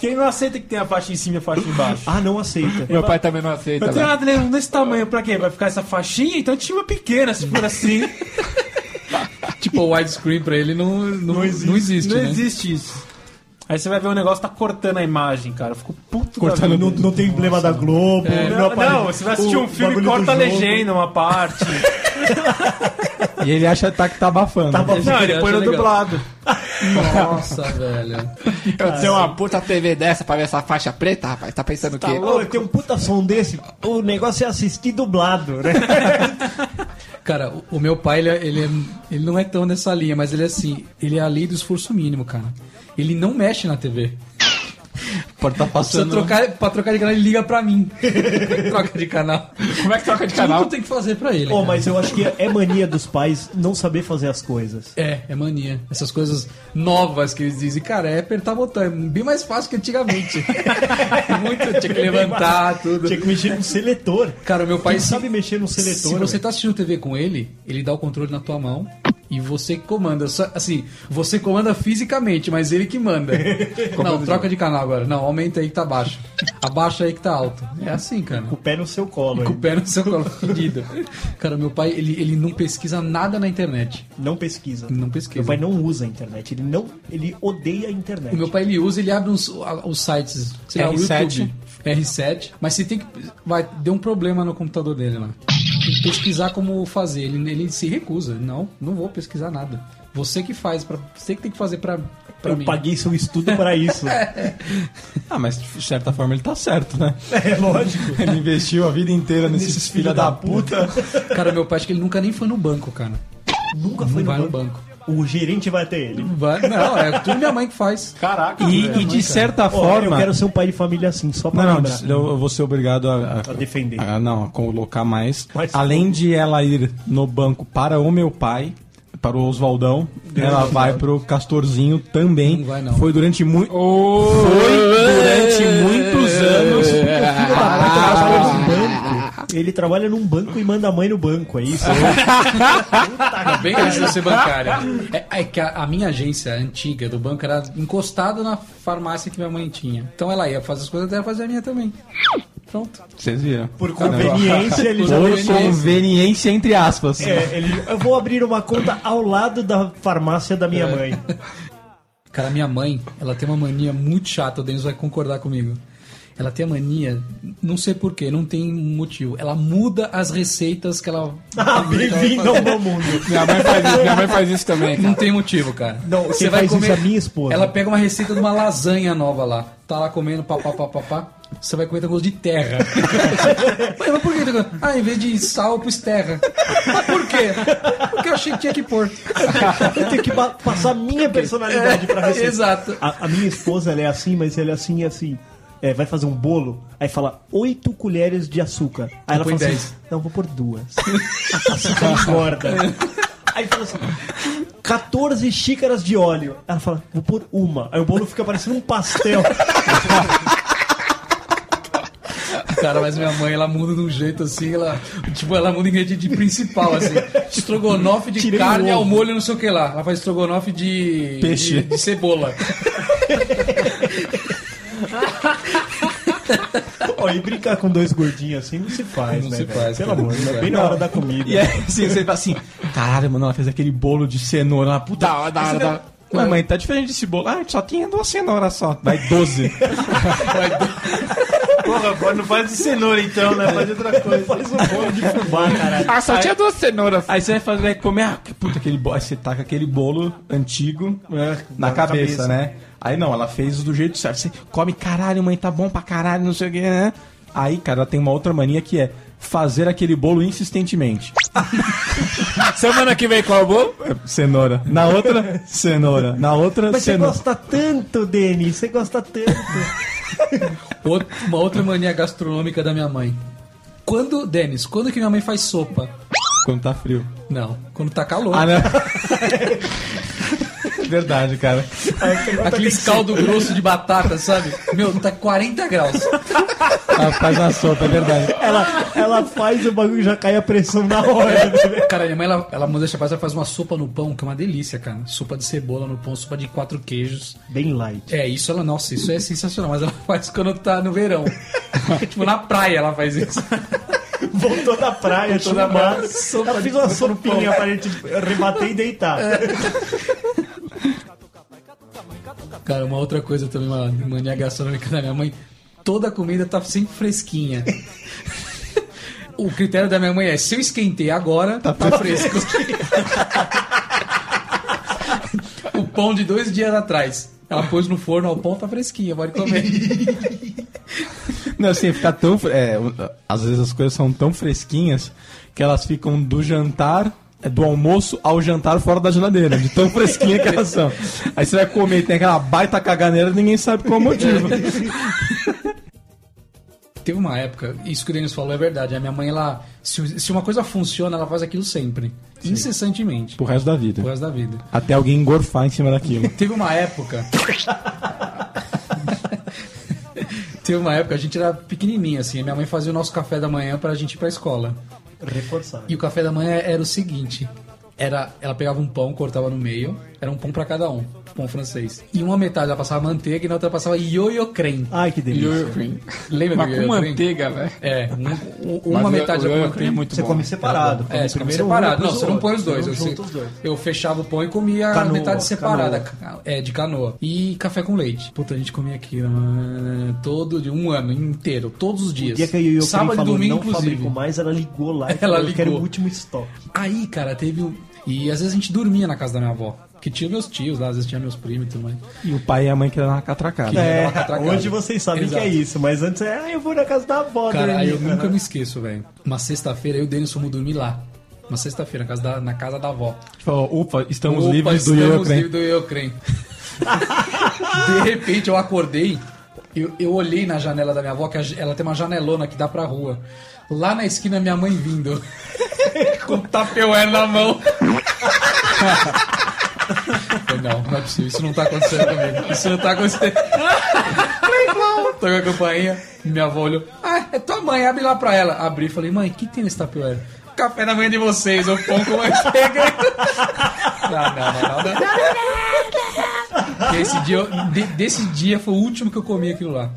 F: Quem não aceita que tem a faixa em cima e a faixa
D: *laughs*
F: embaixo?
D: *laughs* Ah, não aceita.
C: Meu pai também não aceita.
F: Eu tenho
C: velho.
F: uma televisão desse tamanho, pra quê? Vai ficar essa faixinha? Então tinha uma pequena, se
D: *laughs*
F: for assim.
E: Tipo, o widescreen pra ele não, não, não existe,
F: Não
E: né?
F: existe isso. Aí você vai ver o negócio tá cortando a imagem, cara. Eu fico puto da
D: Cortando,
F: vida.
D: não, não tem emblema da Globo.
C: É.
F: Não,
D: aparece
F: não, você vai assistir
D: o
F: um filme,
D: bagulho do
F: corta a
D: jogo.
F: legenda, uma
D: *laughs*
F: parte.
B: E ele acha tá que tá abafando.
F: não, ele põe no
E: legal.
F: dublado.
C: *laughs*
E: Nossa, velho.
C: Eu tenho uma puta TV dessa pra ver essa faixa preta, rapaz. Tá pensando o quê?
D: Tá louco, tem um puta som desse. O negócio é assistir dublado,
E: *laughs*
D: né?
E: Cara, o- o meu pai, ele, é- ele, é- ele não é tão nessa linha, mas ele é assim, ele é a lei do esforço mínimo, cara. Ele não mexe na TV.
B: Pode tá
E: Se eu
B: passando.
E: trocar, pra trocar de canal, ele liga pra mim. *laughs* troca de canal.
C: Como é que troca de
E: Tudo
C: canal?
E: tem que fazer pra ele.
D: Pô,
E: cara.
D: mas eu acho que é mania dos pais não saber fazer as coisas.
E: É, é mania. Essas coisas novas que eles dizem, cara, é apertar botão. É bem mais fácil que antigamente. *laughs* Muito, tinha que levantar, tudo.
D: É Tinha que mexer no seletor.
E: Cara, o meu pai
D: Quem sabe mexer no seletor,
E: Se
D: né?
E: você
D: velho?
E: tá assistindo TV com ele, ele dá o controle na tua mão e você que comanda. Só- Assim, você comanda fisicamente, mas ele que
D: *laughs*
E: manda. Não, troca de canal agora. Não, aumenta aí que tá baixo. Abaixa aí que tá alto. É assim, cara.
D: Com o pé no seu colo.
E: Com o
D: aí.
E: pé no seu colo *laughs* fedido. Cara, meu pai, ele, ele não pesquisa nada na internet.
D: Não pesquisa.
E: Não pesquisa.
D: Meu pai não usa a internet. Ele não. Ele odeia a internet.
E: O meu pai ele usa, ele abre uns, a- os sites, sei lá, o
B: R7.
E: YouTube, R7, mas você tem que. Vai, deu um problema no computador dele lá. Tem que pesquisar como fazer. Ele, ele se recusa. Não, não vou pesquisar nada. Você que faz, pra, você que tem que fazer pra, pra
D: eu
E: mim. É.
D: paguei seu estudo
E: *laughs*
D: pra isso.
B: Ah, mas de certa forma ele tá certo, né?
D: é lógico.
B: Ele investiu a vida inteira nesses, filha da, puta.
E: Cara, meu pai acho que ele nunca nem foi no banco, cara.
D: Nunca
E: Não
D: foi no
E: vai
D: banco.
E: no banco.
D: o gerente vai até ele.
E: não, é tudo minha mãe que faz.
D: Caraca,
B: E- velho, e de mãe, certa cara. forma-
D: eu quero ser um pai de família assim, só pra
B: Não, não,
D: lembrar.
B: des- eu, eu vou ser obrigado a,
D: A defender.
B: a- não, a colocar mais. Além de ela ir no banco para o meu pai, para o Oswaldão,
E: Deus
B: ela
E: do
B: vai
E: céu.
B: pro Castorzinho também.
E: Não vai, não.
B: Foi durante muito. Foi durante muitos anos.
D: Filho da puta, trabalha num banco. Ele trabalha num banco e manda a mãe no banco, é isso?
E: Ainda É bem que eu preciso ser bancária. É, é que a, a minha agência antiga do banco era encostada na farmácia que minha mãe tinha. Então ela ia fazer as coisas, ela ia fazer a minha também. Pronto.
B: Vocês viram.
D: Por conveniência, ele já
B: Por
D: deixou.
B: conveniência, entre aspas.
D: É, ele, eu vou abrir uma conta ao lado da farmácia da minha mãe.
E: Cara, minha mãe, ela tem uma mania muito chata, o Denis vai concordar comigo. Ela tem a mania, não sei porquê, não tem motivo. Ela muda as receitas que ela.
D: *laughs* Ah, bem-vindo ao meu mundo.
E: Minha mãe faz isso, minha mãe faz isso
C: também.
E: Não tem motivo, cara.
D: Não, quem faz isso é a minha esposa.
E: Ela pega uma receita de uma lasanha nova lá. Tá lá comendo, papá, papá, papá. Você vai comer com gosto de
D: *laughs*
E: terra. Mas mas por que? tá com- Ah, em vez de sal, eu pus terra. Mas por quê? Porque eu achei que tinha que pôr.
D: Eu tenho que ba- passar minha personalidade pra
B: É,
D: receita.
E: Exato.
D: A, a minha esposa, ela é assim, mas ela é assim e assim. É, vai fazer um bolo, aí fala 8 colheres de açúcar. Aí ela
E: Põe
D: fala assim:
E: dez.
D: Não, vou pôr duas. *laughs* açúcar engorda. Aí fala assim: 14 xícaras de óleo. Ela fala: Vou pôr uma. Aí o bolo fica parecendo um pastel. *laughs*
E: Cara, mas minha mãe, ela muda de um jeito assim, ela. Tipo, ela muda o ingrediente principal, assim. Estrogonofe de
F: Tirei
E: carne
F: o um ovo.
E: ao molho, não sei o que lá. Ela faz estrogonofe de.
F: Peixe.
E: De, de cebola.
D: Ó, e brincar com dois gordinhos assim não se faz,
B: Não
D: né?
B: se
D: velho?
B: faz,
D: Pelo
B: cara.
D: amor,
B: Não
D: né?
B: se
D: bem
B: faz.
D: na hora da comida.
B: E aí, assim, você fala assim, caralho, mano, ela fez aquele bolo de cenoura. Ela, Puta,
C: Da hora, da hora,
B: esse-
C: da hora.
B: Ué, mãe, tá diferente desse bolo. Ah, só tinha duas cenouras só. Vai
H: *laughs*
B: 12.
H: Porra, agora não faz de cenoura então, né? Faz de outra coisa.
D: faz um bolo de fubá, caralho.
C: Ah, só tinha duas cenouras.
B: Aí você vai fazer, vai comer, ah, que puta, aquele bolo. Aí você taca aquele bolo antigo né, na,
D: Na
B: cabeça,
D: cabeça.
B: né? Aí não, ela fez do jeito certo. Você come, caralho, mãe, tá bom pra caralho, não sei o que, né? Aí, cara, ela tem uma outra mania que é fazer aquele bolo insistentemente.
C: *laughs* Semana que vem qual é o bolo?
B: Cenoura. Na outra, *laughs* cenoura. Na outra,
D: Mas você
B: cenoura.
D: gosta tanto, Denis, você gosta tanto.
E: Out- uma outra mania gastronômica da minha mãe. Quando, Denis, quando que minha mãe faz sopa?
B: Quando tá frio.
E: Não, quando tá calor.
F: né?
B: Ah, não. *laughs* Verdade, cara.
E: Aqueles caldo grosso de batata, sabe? Meu, tá 40 graus.
B: Ela faz na sopa, é verdade.
D: Ela, ela faz o bagulho e já cai a pressão na hora. né?
E: Cara, minha mãe, ela, ela muda essa ela faz uma sopa no pão, que é uma delícia, cara. Sopa de cebola no pão, sopa de quatro queijos.
D: Bem light.
E: É, isso ela, nossa, isso é sensacional, mas ela *laughs* faz quando tá no verão. *laughs* tipo, na praia ela faz isso.
D: Voltou da praia,
E: Voltou
D: Voltou
E: da
D: da
E: praia, sopa
D: Ela
E: de
D: fez uma
E: sopa no pão.
D: sopinha pra gente rebater e deitar.
E: Cara, uma outra coisa também, uma mania gastronômica da minha mãe, toda a comida tá sempre fresquinha. *laughs* O critério da minha mãe é, se eu esquentei agora, tá, fresco. *laughs* o pão de dois dias atrás. Ela pôs no forno, ó, o pão tá fresquinho, pode *laughs* comer.
B: Não, assim, fica tão. fre- É, o- às vezes as coisas são tão fresquinhas que elas ficam do jantar, é, do almoço ao jantar fora da geladeira, de tão fresquinha que elas são. Aí você vai comer e tem aquela baita caganeira e ninguém sabe qual é o motivo.
E: Teve uma época, isso que o Denis falou é verdade, a minha mãe, ela, se, se uma coisa funciona, ela faz aquilo sempre, incessantemente,
B: Pro resto da vida.
E: pro resto da vida.
B: Até alguém engorfar em cima daquilo.
E: Teve
C: *laughs*
E: uma época. Teve uma época, a gente era pequenininho assim. a Minha mãe fazia o nosso café da manhã pra gente ir pra escola.
D: Reforçar.
E: E o café da manhã era o seguinte: era, ela pegava um pão, cortava no meio, era um pão pra cada um, pão francês. E uma metade ela passava manteiga e na outra passava ioiô creme.
D: Ai, que delícia.
E: Lembra do
C: Mas com
E: ioiô creme?
C: manteiga, velho.
E: É, um- um-
C: Mas
E: uma
C: o-
E: metade
C: o
E: era com
C: ioiô creme é
E: manteiga.
C: muito
D: Você
C: bom.
D: come separado.
E: É,
D: come
E: você come
D: primeiro um,
E: separado. Não,
D: depois o
E: você não
D: outro.
E: põe os dois. Eu,
D: Você não junta
E: sei-
D: os dois.
E: eu fechava o pão e comia a
D: Canoa,
E: metade separada. ca- É, de canoa. E café com leite. Puta, a gente comia aqui né, todo de um ano inteiro, todos os
D: O
E: dias.
D: dia é que a Yoyo
E: Sábado e
D: falou,
E: domingo,
D: não fabrico
E: inclusive.
D: mais, ela ligou lá e
E: Ela
D: falou, eu
E: ligou.
D: quero o último estoque.
E: Aí, cara, teve um. E às vezes a gente dormia na casa da minha avó. Que tinha meus tios lá, às vezes tinha meus primos e tudo mais.
B: E o pai e a mãe querendo uma catracada.
E: É,
D: É,
E: dava catracada.
D: hoje vocês sabem
E: Exato.
D: que é isso, mas antes é, ah, eu vou na casa da avó
E: Cara,
D: dormir,
E: aí eu
D: cara.
E: nunca me esqueço, velho. Uma sexta-feira eu e o Denis fomos dormir lá. Uma sexta-feira, na casa da, na casa da avó.
B: Falou, Tipo, opa, estamos
E: Opa,
B: livres do
E: estamos
B: Eurocrem.
E: livres do Iocrem. De repente eu acordei, eu, eu olhei na janela da minha avó, que a ja- ela tem uma janelona que dá pra rua. Lá na esquina, minha mãe vindo. Com tapeué na mão. Falei, não, não é possível, isso não tá acontecendo comigo. Isso não tá acontecendo. Toca a campainha, minha avó olhou. Ah, é tua mãe, abre lá pra ela. Abri, falei, mãe, o que tem nesse tapioca? Café da manhã de vocês, um eu pão com *laughs* manteiga. não, não, não, não. não. Que esse dia, eu- de- desse dia foi o último que eu comi aquilo lá.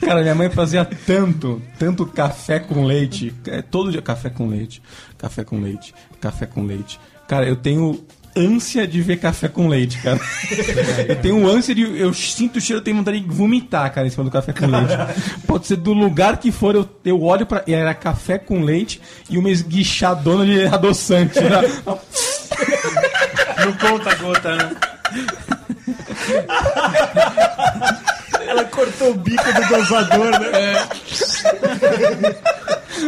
B: Cara, minha mãe fazia tanto, tanto café com leite. É, todo dia café com leite, café com leite, café com leite. Cara, eu tenho ânsia de ver café com leite, cara. Eu tenho ânsia de. Eu sinto o cheiro, eu tenho vontade de vomitar, cara, em cima do café com leite. Pode ser do lugar que for, eu, eu olho pra. e Era café com leite e uma esguichadona de adoçante. né?
H: Não conta gota, né?
D: Ela cortou o bico do dosador, né?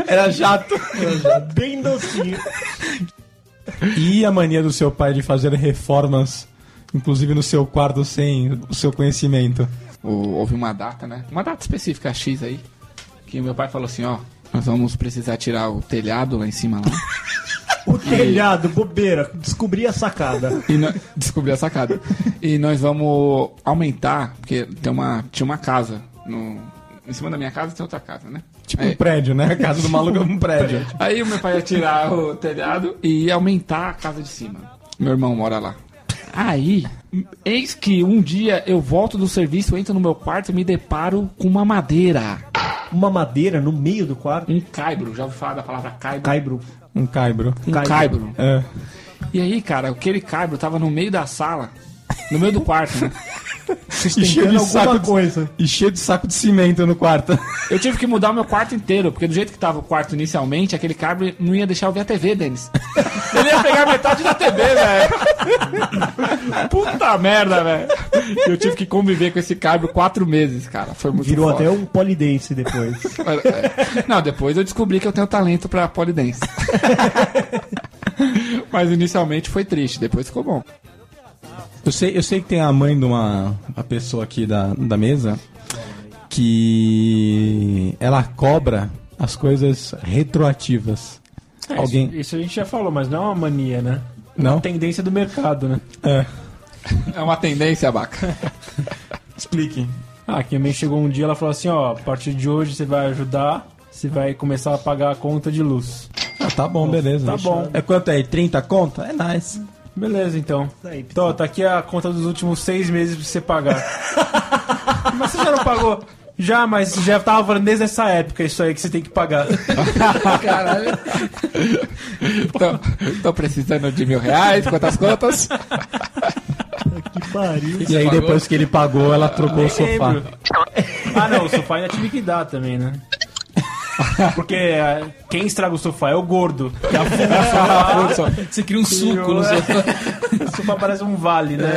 B: Era jato.
D: Bem docinho.
B: E a mania do seu pai de fazer reformas, inclusive no seu quarto, sem o seu conhecimento?
C: Houve uma data, né? Uma data específica X aí. Que meu pai falou assim, ó, nós vamos precisar tirar o telhado lá em cima lá.
D: O telhado, bobeira. Descobri a sacada.
C: E *laughs* nó- descobri a sacada. E nós vamos aumentar, porque tem uma, tinha uma casa. No, em cima da minha casa tem outra casa, né?
B: Tipo um prédio, né? A casa do maluco é um prédio.
C: Aí o meu pai ia tirar o telhado e ia aumentar a casa de cima. Meu irmão mora lá. Aí, eis que um dia eu volto do serviço, entro no meu quarto e me deparo com uma madeira.
D: Uma madeira no meio do quarto?
C: Um caibro, já ouvi falar da palavra caibro?
D: Caibro.
B: *laughs* Um caibro.
C: Um caibro.
B: É.
C: E aí, cara, aquele caibro tava no meio da sala, no meio do quarto, né?
B: E cheio, de
C: alguma
E: Tá
B: saco de, e cheio de saco de cimento no quarto. *laughs*
C: Eu tive que mudar o meu quarto inteiro, porque do jeito que tava o quarto inicialmente, aquele cabo não ia deixar eu ver a TV, Denis. *laughs* Ele ia pegar metade da TV, velho. Puta merda, velho. Eu tive que conviver com esse cabo quatro meses, cara. Foi muito
D: Virou
C: foda.
D: até um polidense depois.
C: Não, depois eu descobri que eu tenho talento pra polidense. Mas inicialmente foi triste, depois ficou bom.
B: Eu sei, eu sei que tem a mãe de uma a pessoa aqui da, da mesa que ela cobra as coisas retroativas.
F: É,
B: Alguém.
F: Isso, isso a gente já falou, mas não é uma mania, né?
B: Não.
F: É uma tendência do mercado, né?
B: É.
C: É uma tendência, abaca.
B: Explique.
F: Ah, que a mãe chegou um dia ela falou assim, ó, a partir de hoje você vai ajudar, você vai começar a pagar a conta de luz.
B: Ah, tá bom, beleza.
F: Tá bom.
B: É quanto é? 30 conta? É nice.
F: Beleza, então. Então, ó, tá aqui a conta dos últimos seis meses pra você pagar. *laughs* mas você já não pagou? Já, mas já tava falando desde essa época isso aí que você tem que pagar.
E: Caralho.
C: Então, *laughs* tô precisando de mil reais, quantas contas?
D: Que pariu.
B: E aí depois que ele pagou, ela trocou
F: Nem
B: o sofá.
F: lembro. Ah, não, o sofá ainda tive que dar também, né? Porque ah, quem estraga o sofá é o gordo. Que *laughs* afunda o sofá.
E: Você cria um suco no
F: é.
E: sofá.
F: O sofá parece um vale,
E: *laughs*
F: né?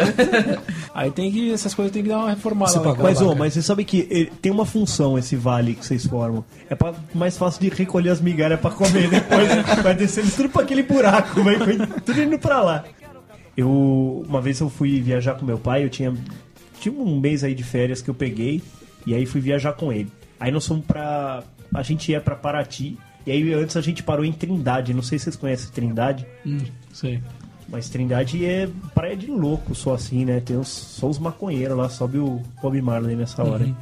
F: Aí tem que. Essas coisas tem que dar uma reformada. lá, cara.
D: Mas, ô, mas você sabe que ele- tem uma função esse vale que vocês formam. É pra, mais fácil de recolher as migalhas pra comer depois. né? vai descendo tudo pra aquele buraco, vai tudo indo pra lá. Eu, uma vez eu fui viajar com meu pai, eu tinha, tinha um mês aí de férias que eu peguei, e aí fui viajar com ele. Aí nós fomos pra. A gente ia pra Paraty, e aí antes a gente parou em Trindade, não sei se vocês conhecem Trindade.
E: Sei.
D: Mas Trindade é praia de louco, só assim, né? Tem os, só os maconheiros lá, sobe o Bob Marley nessa hora. hein?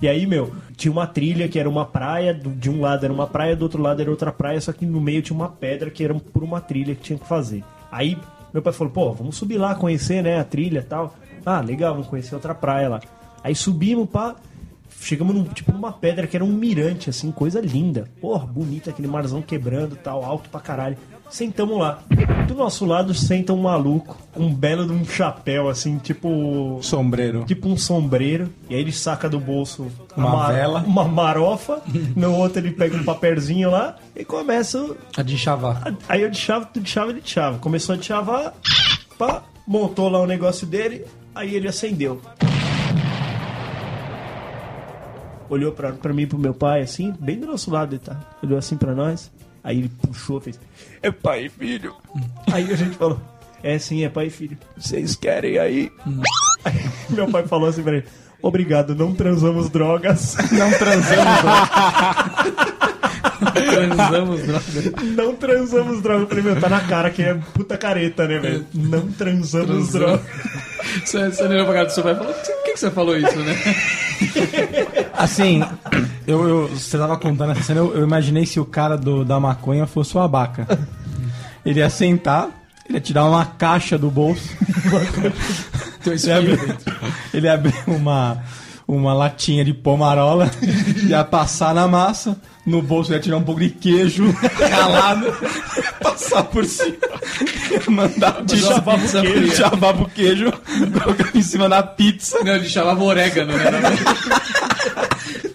D: e aí, meu, tinha uma trilha que era uma praia, do- de um lado era uma praia, do outro lado era outra praia, só que no meio tinha uma pedra que era por uma trilha que tinha que fazer. Aí meu pai falou, pô, vamos subir lá, conhecer, né, a trilha e tal. Ah, legal, vamos conhecer outra praia lá. Aí subimos pra... Chegamos num, tipo, numa pedra que era um mirante, assim, coisa linda. Porra, bonita, aquele marzão quebrando tal, alto pra caralho. Sentamos lá. Do nosso lado senta um maluco, com um belo de um chapéu, assim, tipo.
B: Sombreiro.
D: Tipo um sombreiro. E aí ele saca do bolso
B: Uma
D: ma-
B: vela.
D: *laughs* uma marofa. no outro ele pega um papelzinho lá e começa. o-
E: A de chavar.
D: Aí eu de chave, tu de chave, ele de chave. Começou a de chavar, pá, montou lá o negócio dele, aí ele acendeu. olhou pra, pra mim e pro meu pai, assim, bem do nosso lado, ele tá? Olhou assim pra nós. Aí ele puxou, fez. É pai e filho. Aí a gente falou. É sim, é pai e filho. Vocês querem aí? *laughs* Meu pai falou assim pra ele. Obrigado, não transamos drogas. *laughs* Não transamos
E: transamos drogas.
D: Não transamos drogas. Eu falei, meu, tá na cara que é puta careta, né, velho? Não transamos drogas.
E: Você, você olhou pra cara do seu pai e falou: Por que, que você falou isso, né?
C: *laughs*
B: Assim, eu, eu- você tava contando essa cena, eu, eu imaginei se o cara do, da maconha fosse o abaca. Ele ia sentar, ele ia tirar uma caixa do bolso. ele, ia abrir, ele ia abrir uma, uma latinha de pomarola, ia passar na massa, no bolso ia tirar um pouco de queijo calado, passar por cima, ia mandar de
D: chamava
B: *laughs*
D: o queijo.
B: chamava o queijo, colocar em cima da pizza.
E: Não, ele chamava orégano, né?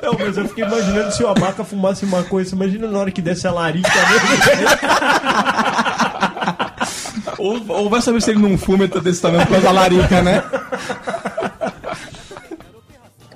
D: Não, mas eu fiquei imaginando se o abaca fumasse uma coisa. Imagina na hora que desse a larica né? dele.
B: Ou, ou vai saber se ele não fuma e tá desse tamanho por causa da larica, né?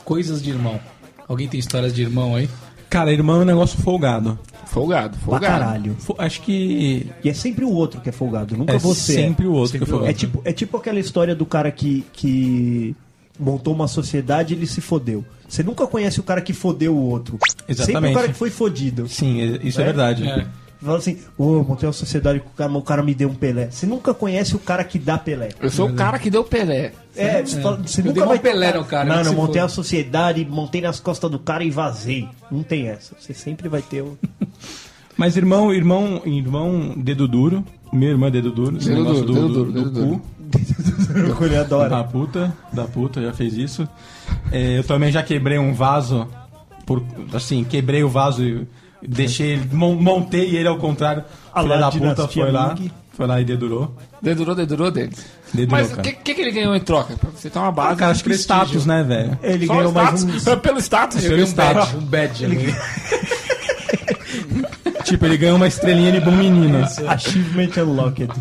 E: Coisas de irmão. Alguém tem histórias de irmão aí?
B: Cara, irmão é um negócio folgado.
C: Folgado,
D: Pra caralho.
B: Fo- Acho que.
D: E é sempre o outro que é folgado, nunca
B: É
D: você.
B: sempre o outro que é folgado.
D: É tipo, é tipo aquela história do cara que, que montou uma sociedade e ele se fodeu. Você nunca conhece o cara que fodeu o outro. Sempre o
B: Exatamente.
D: cara que foi fodido.
B: Sim, é- isso é, verdade.
D: Fala assim, ô, eu montei uma sociedade com o cara, mas o cara me deu um Pelé. Você nunca conhece o cara que dá Pelé.
C: Eu sou o cara que deu Pelé.
D: É, você, fala- você
E: Eu
D: nunca
E: dei uma
D: vai...
E: Pelé no cara, que
D: Mano,
E: se
D: eu montei
E: foda.
D: a sociedade, montei nas costas do cara e vazei. Não tem essa. Você sempre vai ter o...
B: Mas irmão, irmão, irmão, dedo duro. Minha irmã é dedo duro. esse
C: Dedo
B: negócio
C: duro, dedo duro, dedo duro.
D: Ele adora.
B: Da puta, da puta, já fez isso. É, eu também já quebrei um vaso. Por, assim, quebrei o vaso e deixei ele. mon- montei ele ao contrário.
D: Ah
B: Filha
D: lá,
B: da puta
D: dinastia
B: foi lá.
D: Ming.
B: Foi lá e dedurou.
C: Dedurou, dedurou dele.
B: Dedurou,
C: Mas o
B: cara.
C: que, que, que ele ganhou em troca? Pra você ter uma base.
B: Ah, cara, acho que
C: prestígio.
B: status, né, velho?
D: Ele
C: Só
D: ganhou
C: o
D: mais
C: status?
D: um...
L: É
C: Pelo status.
B: Pelo status.
E: Um badge. né?
B: Tipo, ele ganhou uma estrelinha de bom menino.
D: Achievement Unlocked.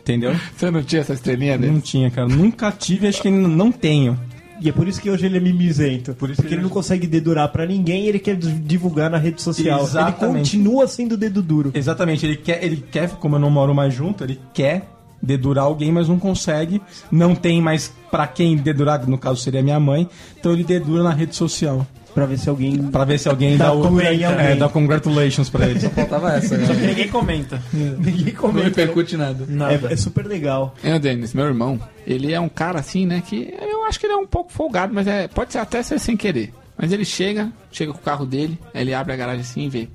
B: Entendeu?
C: Você não tinha essa estrelinha dele?
B: Não tinha, cara. Nunca tive, acho que ainda não tenho.
D: E é por isso que hoje ele é mimizento. porque
B: que
D: ele
B: ele-
D: não consegue dedurar pra ninguém e ele quer des- divulgar na rede social. Ele
B: Exatamente.
D: continua sendo dedo duro.
B: Exatamente, ele quer, ele quer, como eu não moro mais junto, ele quer dedurar alguém, mas não consegue. Não tem mais pra quem dedurar, que no caso seria minha mãe. Então ele dedura na rede social.
D: Pra ver se alguém.
B: Pra ver se alguém
D: Dá
B: dá, o.
D: cura em alguém.
B: É, dá congratulations pra ele.
E: Faltava essa, né?
F: Ninguém comenta.
D: Ninguém
E: Não
D: comenta.
E: repercute nada.
D: É, é super legal.
C: É, Denis, meu irmão. Ele é um cara assim, né? Que eu acho que ele é um pouco folgado, mas é, pode ser até ser sem querer. Mas ele chega, chega com o carro dele, aí ele abre a garagem assim e vê.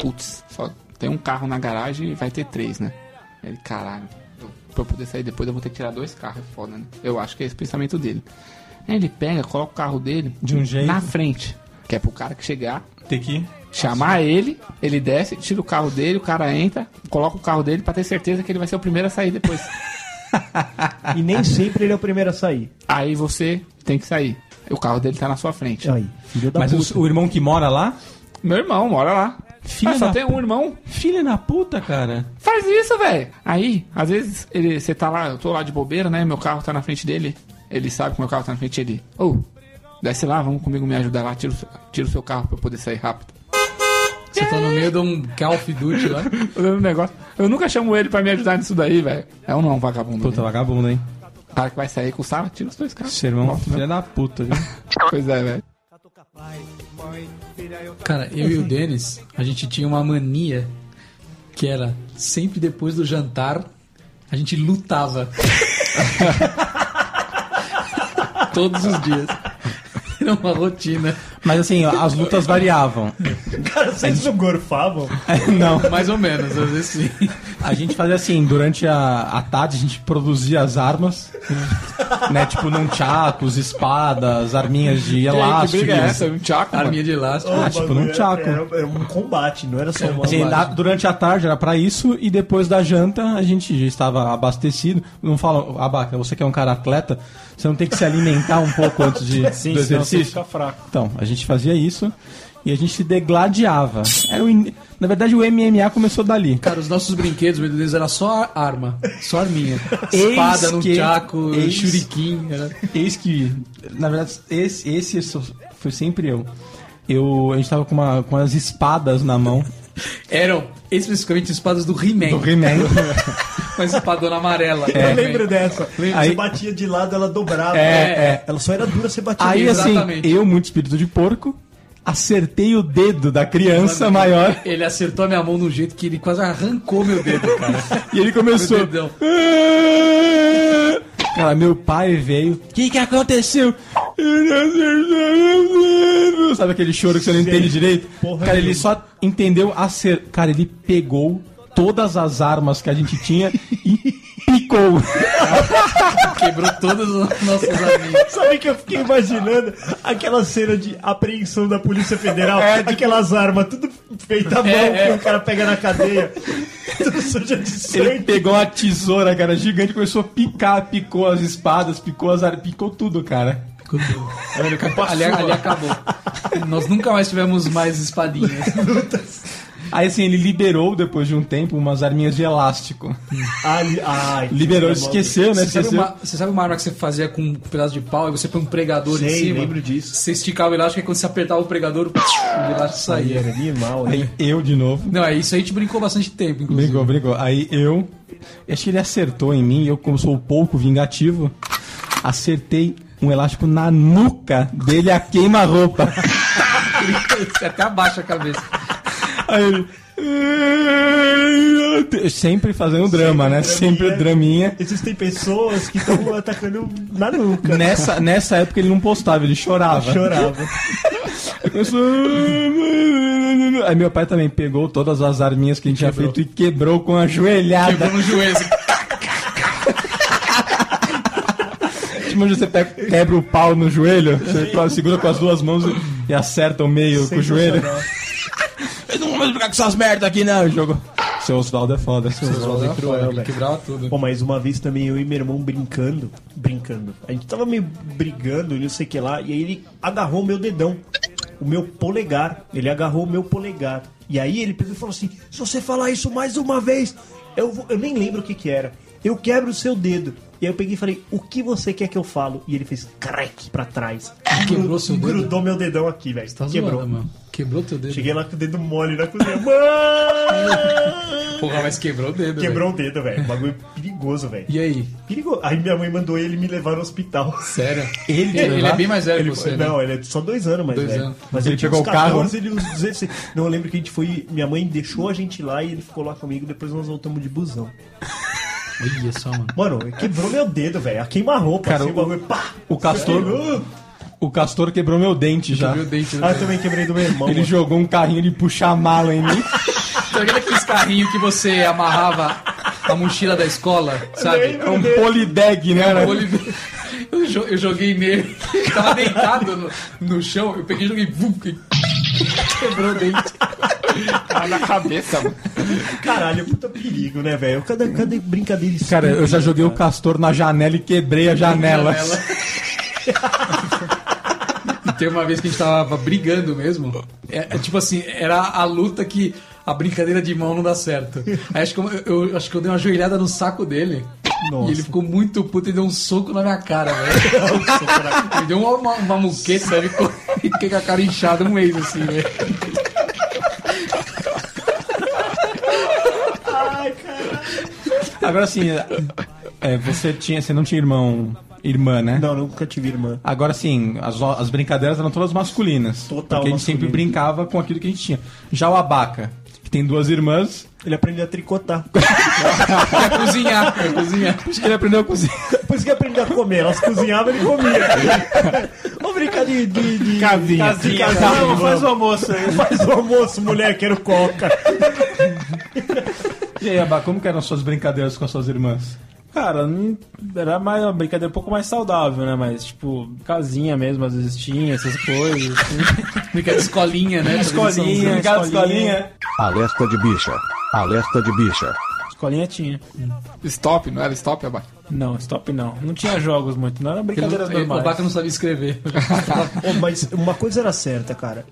C: Putz, só tem um carro na garagem e vai ter três, né? Ele, caralho, eu- pra eu poder sair depois eu vou ter que tirar dois carros, é foda, né? Eu acho que é esse o pensamento dele. Aí ele pega, coloca o carro dele
B: De um jeito.
C: na frente. Que é pro cara que chegar,
B: Tem que ir.
C: chamar ele, ele desce, tira o carro dele, o cara entra, coloca o carro dele pra ter certeza que ele vai ser o primeiro a sair depois.
D: E nem sempre ele é o primeiro a sair.
C: Aí você tem que sair. O carro dele tá na sua
B: É.
C: frente.
D: Aí, filho da
B: Mas
D: puta.
B: o, o irmão que mora lá?
C: Meu irmão mora lá.
B: Filha
C: ah, só
B: da
C: tem um irmão?
B: Filha da puta, cara.
C: Faz isso, velho. Aí, às vezes, ele, você tá lá, eu tô lá de bobeira, né? Meu carro tá na frente dele. Ele sabe que meu carro tá na frente dele. Ô, desce lá, vamos comigo me ajudar lá. Tira o, seu- tira o seu carro pra eu poder sair rápido. *laughs*
E: Você tá no meio de um Call of Duty lá.
C: Olhando o negócio. Eu nunca chamo ele pra me ajudar nisso daí, velho. É um não, vagabundo.
B: Puta,
C: né?
B: vagabundo, hein?
C: O cara que vai sair com o Sara, tira os dois carros.
B: Seu irmão,
C: Volta, né?
B: filha da puta, viu?
C: Pois é, velho.
E: Cara, eu
B: Uhum.
E: e o Denis, a gente tinha uma mania que era sempre depois do jantar a
B: *laughs*
E: gente lutava. Todos os dias. Era uma rotina.
B: Mas assim, ó, as lutas variavam. *laughs*
D: Cara, vocês não gorfavam?
B: não.
E: Mais ou menos, às vezes sim.
B: A gente fazia assim, durante a, a tarde a gente produzia as armas, né? Tipo nunchakus, espadas, arminhas de
C: que
B: elástico.
C: briga é essa? Um tchaco, mano.
E: Arminha de elástico.
B: Ah, tipo,
D: Bagulho
B: num tchaco.
D: Era, era- era um combate, não era só uma.
B: Assim, na- durante a tarde era pra isso e depois da janta a gente já estava abastecido. Não falam, abaca, você que é um cara atleta, você não tem que se alimentar um pouco antes de,
F: *laughs* Sim,
B: do
F: senão você
B: exercício?
F: fica fraco.
B: Então, a gente fazia isso. E a gente se degladiava. Era o in- Na verdade, o MMA começou dali.
E: Cara, os nossos brinquedos, meu Deus, era só arma, só arminha. Espada no chaco, shuriken. Era...
B: Eis que, na verdade, esse, esse só- foi sempre eu. Eu, a gente tava com, uma, com as espadas na mão.
E: Eram especificamente espadas do He-Man.
B: Do He-Man.
E: Uma espadona amarela.
B: É.
D: Eu lembro dessa.
B: Aí-
D: Você batia de lado, ela dobrava.
B: É, é.
D: Ela só era dura, você
B: *laughs*
D: batia
B: Aí,
D: de lado.
B: assim, eu, muito espírito de porco, acertei o dedo da criança maior.
E: Ele acertou a minha mão de um jeito que ele quase arrancou meu dedo, cara.
B: E ele
E: Meu
B: começou.
E: dedão.
B: *laughs* Cara, meu pai veio. O que, que aconteceu? *laughs* Eu não acertei meu dedo." Sabe aquele choro que você não entende direito?
D: porra
B: Cara, ele
D: nenhuma.
B: só entendeu acer. Cara, ele pegou todas as armas que a gente tinha e *laughs* picou.
E: Quebrou todas as nossas amigas.
D: *laughs* Sabe que eu fiquei imaginando aquela cena de apreensão da Polícia Federal? Aquelas armas, tudo feita à mão,
E: É, é.
D: que o cara pega na cadeia. *laughs* tudo suja de
B: Ele
D: sangue.
B: pegou uma tesoura, cara, gigante, começou a picar, picou as espadas, picou as armas, picou tudo, cara.
E: Ali, ali acabou. Nós nunca mais tivemos mais
D: *laughs*
E: espadinhas.
B: Aí assim, ele liberou depois de um tempo umas arminhas de elástico.
D: Ai, ai, que
B: Liberou,
E: é
D: coisa maluca.
B: esqueceu, né?
E: Você sabe,
B: Esqueceu.
E: uma, você sabe uma arma que você fazia com um pedaço de pau e você põe um pregador em
D: Sei,
E: cima?
D: lembro disso.
E: Você esticava o elástico e quando você apertava o pregador, o elástico
D: Aí
E: saía.
D: era animal, né?
B: Aí eu de novo.
E: Não, é isso aí a gente brincou bastante tempo,
D: *laughs*
E: inclusive.
B: Brigou, brigou. Aí eu. Acho que ele acertou em mim, eu, como sou pouco vingativo, acertei um elástico na nuca dele a queima-roupa. *laughs*
E: Você até abaixa a cabeça.
B: Aí ele. Sempre fazendo drama, né? Sempre o draminha.
D: Existem pessoas que estão atacando na nuca.
B: Nessa, nessa época ele não postava, ele chorava.
D: Chorava.
B: Eu sou- Aí meu pai também pegou todas as arminhas que a gente tinha feito e quebrou com a joelhada.
E: Quebrou no joelho.
B: assim. Imagina você pega- quebra o pau no joelho, você to- segura com as duas mãos e- e acerta o meio com o joelho. Eu não vou mais brincar com essas merdas aqui, não. E Jogou. Seu Oswaldo é foda.
E: Era
D: cruel,
E: foda,
D: velho.
E: né? Quebrava tudo.
D: Pô, mas uma vez também eu e meu irmão brincando, brincando. A gente tava meio brigando, não sei o que lá, e aí ele agarrou meu dedão, o meu polegar. Ele agarrou o meu polegar. E aí ele pegou e falou assim: se você falar isso mais uma vez, eu, vou- eu nem lembro o que que era. Eu quebro o seu dedo. E aí eu peguei e falei, o que você quer que eu falo? E ele fez crack pra trás.
E: Quebrou seu dedo?
D: Grudou meu dedão aqui, velho.
E: Tá
D: Quebrou.
E: zoando, mano. Quebrou teu dedo.
D: Cheguei lá com o dedo mole na cozinha. Mãe!
E: Porra, mas quebrou o dedo,
D: Quebrou o dedo, velho. Bagulho perigoso, velho.
E: velho. E aí?
D: Perigo- Aí minha mãe mandou ele me levar
B: *laughs*
D: no hospital.
E: Sério?
B: Ele
E: Ele, ele é bem mais velho
D: Ele
E: que você,
D: foi-
E: né?
D: Não, ele é só dois anos mais
E: Dois
D: velho.
E: anos.
D: Mas
B: Ele
D: ele tinha
B: pegou
D: uns
B: o carro? né?
D: 14, ele uns 16. Não, eu lembro que a gente foi. Minha mãe deixou a gente lá e ele ficou lá comigo. Depois nós voltamos de busão.
E: Olha só, mano.
D: Mano, quebrou meu dedo, velho. A queima-roupa.
B: Cara,
D: Assim,
B: o-
D: o bagulho. Pá!
B: O Castor.
D: Quebrou.
B: O Castor quebrou meu dente já.
E: Quebrou o dente né? do
D: Ah, eu
E: dedo.
D: também quebrei do meu irmão.
B: Ele
D: mano.
B: jogou um carrinho de puxar mala em mim.
E: Sabe aquele- aqueles carrinhos que você amarrava a mochila da escola, sabe?
B: É um polideg, né? né?
E: Oliveira. Eu, jo- eu joguei nele, ele tava deitado no, no chão, eu peguei e joguei. vum, que- quebrou o dente.
C: Tá na cabeça, mano.
D: Caralho, puta perigo, né, velho? Cada, cada brincadeira
B: Cara, eu já
D: estúpida,
B: joguei o castor na janela e quebrei a
E: *laughs*
B: janela.
E: E tem uma vez que a gente tava brigando mesmo. É, é tipo assim, era a luta que a brincadeira de mão não dá certo. Aí acho que eu, eu- acho que eu dei uma joelhada no saco dele.
D: Nossa.
E: E ele ficou muito puto e deu um soco na minha cara, velho. ele deu uma, uma, uma muqueta, ele ficou, fiquei com a cara inchada um mês assim, velho.
B: Agora assim, é, você tinha, você não tinha irmão, irmã, né?
D: Não, nunca tive irmã.
B: Agora sim, as, no- as brincadeiras eram todas masculinas.
D: Total
B: porque a gente
D: masculino.
B: sempre brincava com aquilo que a gente tinha. Já o abaca, que tem duas irmãs,
D: Ele aprendeu a tricotar.
E: Pra cozinhar, pra cozinhar.
B: acho que ele aprendeu a cozinhar.
D: Por isso que aprendeu a comer. Elas cozinhavam, ele comia. *laughs* Vamos brincar de... de, de...
B: Casinha.
D: de
H: Não,
D: casinha, vamos.
H: faz o almoço aí.
D: Faz o almoço, mulher, quero coca.
B: E aí, abaca, como que eram as suas brincadeiras com as suas irmãs?
F: Cara, não- era mais uma brincadeira um pouco mais saudável, né? Mas, tipo, casinha mesmo, às vezes tinha essas coisas. assim,
E: Fica é de escolinha, né?
F: Escolinha,
B: Brincada de escolinha.
F: escolinha.
G: Alerta de bicha. Alerta de bicha.
F: Escolinha tinha.
C: Stop, não era stop, é Abaca?
F: Não, stop não. Não tinha jogos muito, não era brincadeiras
E: Ele-
F: normais.
E: o Abaca não sabia escrever.
D: Ô, mas uma coisa era certa, cara.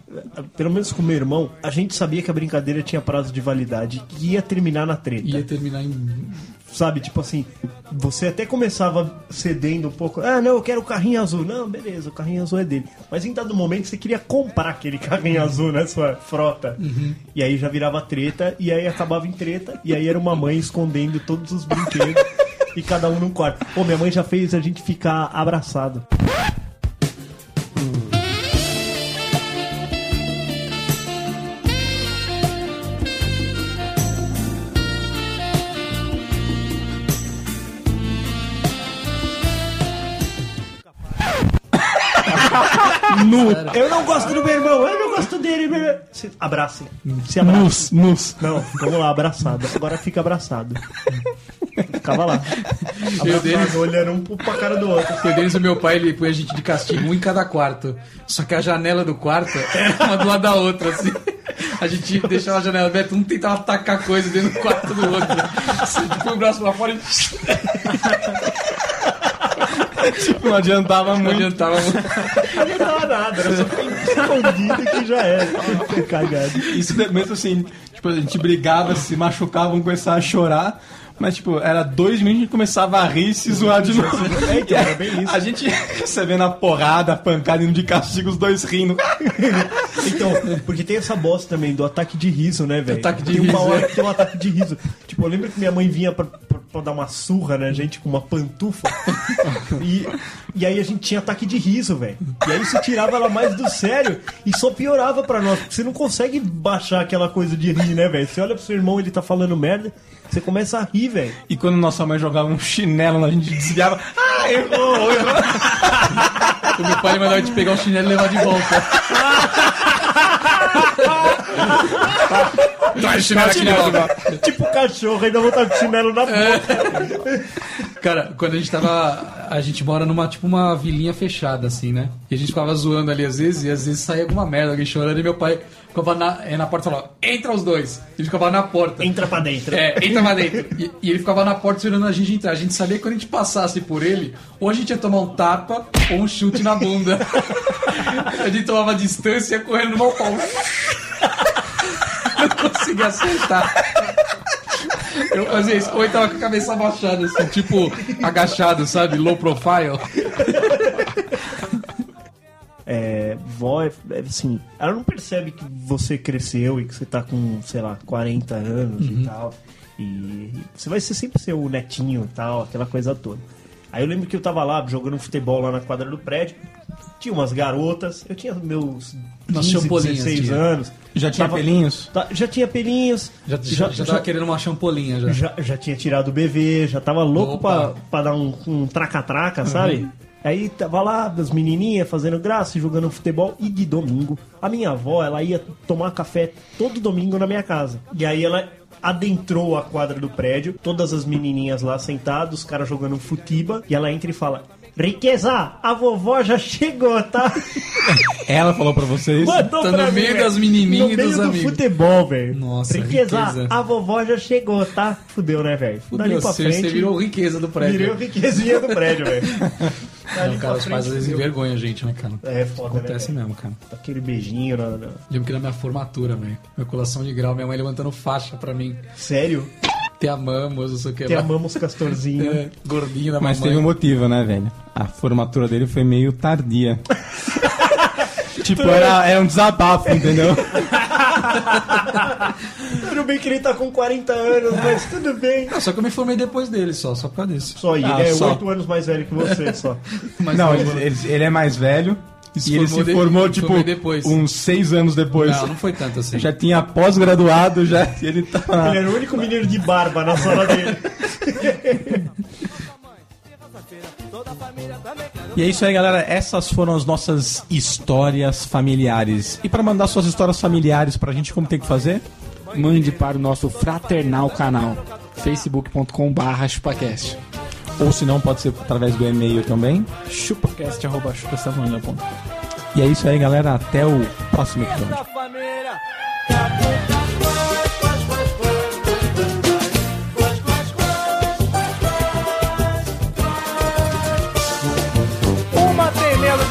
D: Pelo menos com meu irmão, a gente sabia que a brincadeira tinha prazo de validade e ia terminar na treta.
E: Ia terminar em. um.
D: Sabe, tipo assim, você até começava cedendo um pouco. Ah, não, eu quero o carrinho azul. Não, beleza, o carrinho azul é dele. Mas em dado momento você queria comprar aquele *laughs* carrinho azul na sua frota.
E: Uhum.
D: E aí já virava treta, e aí acabava em treta, e aí era uma mãe escondendo todos
E: *laughs*
D: os brinquedos e cada um num quarto. Pô, minha mãe já fez a gente ficar abraçado. Nu. Eu não gosto do meu irmão, eu não gosto dele. meu irmão. Se abracem. Se abracem.
F: Nus, nus.
D: Não, vamos lá, abraçado. Agora fica abraçado. Ficava lá.
E: Eu dei-
D: Abraçado, olhando um pro- pra cara do outro.
E: Eu deles, o meu pai, ele põe a gente de castigo um em cada quarto. Só que a janela do quarto era uma do lado da outra, assim. A gente deixava a janela aberta, um tentava tacar coisa dentro do quarto do outro. Assim, põe o braço pra fora e.
F: Não adiantava
E: Não
F: muito.
E: adiantava muito.
D: Não dava nada, era só escondido que já era. Cagado.
B: Isso de- mesmo assim, tipo, a gente brigava, se machucava, um começava a chorar. Mas, tipo, era dois minutos e a gente começava a rir e se zoar de novo.
D: *laughs* É, então, era bem isso.
B: A gente recebendo a porrada, a pancada, indo de castigo, os dois rindo.
D: Então, porque tem essa bosta também do ataque de riso, né, velho?
E: Ataque de
D: tem uma
E: riso,
D: hora
E: é.
D: que tem um ataque de riso. Tipo, eu lembro que minha mãe vinha pra, pra- pra dar uma surra na gente com uma pantufa. E, e aí a gente tinha ataque de riso, velho. E aí isso tirava ela mais do sério e só piorava pra nós. Porque você não consegue baixar aquela coisa de rir, né, velho? Você olha pro seu irmão, ele tá falando merda, você começa a rir, velho.
B: E quando nossa mãe jogava um chinelo, a gente desviava. Ah, errou, errou.
E: O meu pai ele mandava te pegar o chinelo e levar de volta. Traz o Tá, chinelo aqui de volta.
D: Tipo cachorro, ainda vou estar com chinelo
E: É.
D: na boca.
E: Cara, quando a gente tava. A gente mora numa, tipo, uma vilinha fechada, assim, né? E a gente ficava zoando ali às vezes, e às vezes saía alguma merda, alguém chorando, e meu pai ficava na, é, na porta e falava: entra os dois. E ele ficava na porta.
D: Entra pra dentro.
E: É, entra pra dentro. E, e ele ficava na porta esperando a gente entrar. A gente sabia que quando a gente passasse por ele, ou a gente ia tomar um tapa ou um chute na bunda. *laughs* a gente tomava distância correndo no mau pau. *laughs* Não conseguia acertar. Eu fazia isso. Ou eu tava com a cabeça abaixada, assim, tipo agachado, sabe? Low profile.
D: É, vó, é, é, assim, ela não percebe que você cresceu e que você tá com, sei lá, 40 anos
E: Uhum.
D: e tal. E você vai ser sempre seu netinho e tal, aquela coisa toda. Aí eu lembro que eu tava lá jogando futebol lá na quadra do prédio. Tinha umas garotas, eu tinha meus
E: Nós
D: 15,
E: tinha bolinhas,
D: 16
E: tinha.
D: anos.
B: Já tinha pelinhos?
D: tá- já tinha pelinhos.
E: Já, já, já tava querendo uma champolinha já.
D: Já, já tinha tirado o BV, já tava louco pra,
E: Opa. Uhum.
D: pra dar um um traca-traca, sabe? Aí tava lá, as menininhas fazendo graça, e jogando futebol. E de domingo, a minha avó, ela ia tomar café todo domingo na minha casa. E aí ela adentrou a quadra do prédio, todas as menininhas lá sentadas, os caras jogando futiba. E ela entra e fala... Riqueza, a vovó já chegou,
E: *laughs*
D: tá?
B: Ela falou pra vocês.
D: Mandou
E: Tá
D: pra
E: no
D: mim,
E: meio
D: velho.
E: das menininhas
D: No
E: e
D: meio
E: dos
D: do
E: amigos.
D: futebol, velho.
E: Nossa,
D: riqueza,
E: riqueza.
D: a vovó já chegou, tá? Fudeu, né, velho? Dali
E: Meu,
D: pra
E: você,
D: frente.
E: você virou riqueza do prédio.
D: Virei o riquezinha do prédio, velho. *laughs* Dali
E: Não, cara,
D: pra
E: os pais às
D: frente,
E: vezes
D: fudeu.
E: envergonham a gente, né, cara?
D: É foda, né,
E: Acontece
D: velho?
E: mesmo, cara.
D: Aquele beijinho né, na. na-
E: Lembro que na minha formatura, velho. Minha colação de grau, minha mãe levantando faixa pra mim.
D: Sério?
E: Te amamos, não sei o que
D: Te
E: lá.
D: amamos, Castorzinho.
E: É, gordinho da
B: *laughs* Mas
E: mamãe.
B: teve um motivo, né, velho? A formatura dele foi meio tardia. *laughs* tipo, era, era um desabafo, entendeu?
D: Tudo bem que ele tá com 40 anos, mas tudo bem.
E: Ah, Só que eu me formei depois dele, só, só por causa disso.
D: Só ele,
B: Ah,
D: é
B: só.
D: 8 anos mais velho que você, só.
E: Mas
B: não,
E: eu-
B: ele, ele- ele é mais velho.
E: Se
B: e ele se
E: formou de-
B: formou,
E: se
B: tipo,
E: formou depois.
B: uns seis anos depois.
E: Não, não foi tanto assim.
B: Já tinha pós-graduado, já. e Ele tá.
D: Ele era o único menino de barba na sala dele.
B: E é isso aí, galera. Essas foram as nossas histórias familiares. E pra mandar suas histórias familiares pra gente, como tem que fazer?
C: Mande para o nosso fraternal canal, facebook.com.br chupacast.
B: Ou se não, pode ser através do e-mail também.
F: Chupacast, arroba chupastavanha.com.
B: E é isso aí, galera. Até o próximo episódio.
K: Da família.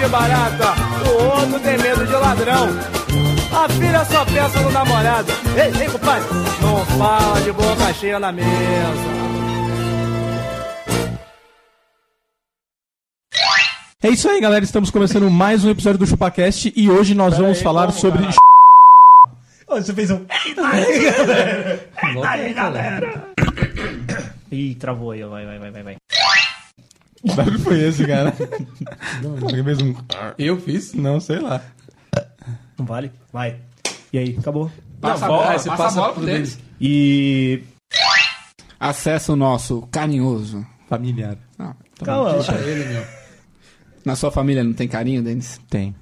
K: barata, o outro tem medo de ladrão. A filha só pensa no namorado. Ei, ei, compadre, não fala de boca cheia na mesa.
B: É isso aí, galera. Estamos começando mais um episódio do ChupaCast e hoje nós vamos falar sobre.
D: Ó, Você fez um. Eita aí, galera! Eita aí, galera! Ih, travou aí, ó, vai, vai, vai, vai, vai.
B: Que barulho foi esse, cara? Alguém fez um.
E: Eu fiz?
B: Não, sei lá.
D: Não vale? Vai. E aí, acabou.
C: Passa a bola, passa a bola pro deles.
D: E.
C: Acessa o nosso carinhoso.
B: Familiar.
C: Não,
D: Calma,
C: deixa
D: vai.
C: ele, meu. Na sua família não tem carinho, Denis?
B: Tem.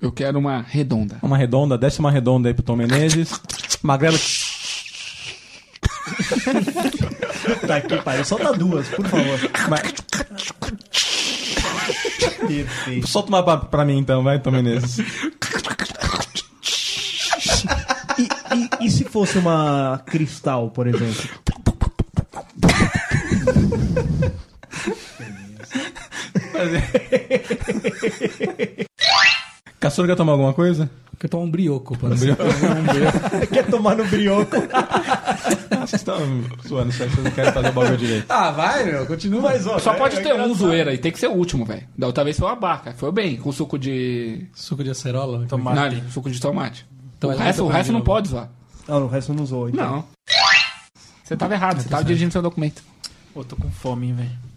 C: Eu quero uma redonda.
B: Uma redonda, desce uma redonda aí pro Tom Menezes. Magrela.
D: Tá aqui, pai. Solta duas, por favor. Perfeito.
B: Solta uma pra, pra mim então, vai, Tom Menezes.
D: E, e- e se fosse uma cristal, por exemplo?
B: Castor quer tomar alguma coisa?
E: Porque eu tomo um brioco, pode ser.
D: Quer tomar no brioco?
B: Vocês estão zoando, vocês não querem fazer o bagulho direito.
E: Ah, vai, meu, continua.
D: Mas, ó,
C: Só
D: é-
C: pode
D: é
C: ter um
D: engraçado.
C: zoeira aí, tem que ser o último, velho. Da outra vez foi uma barca, foi bem, com suco de.
E: Suco de acerola.
F: Tomate.
C: Não, ele- suco de tomate.
E: Então,
C: o
E: ele
C: resto,
E: não
C: o
E: tá
C: resto não
E: comigo.
C: pode zoar.
D: Não, o resto não usou. Então.
C: Não. Você tava errado, você tava dirigindo seu documento.
F: Pô, tô com fome, hein, velho.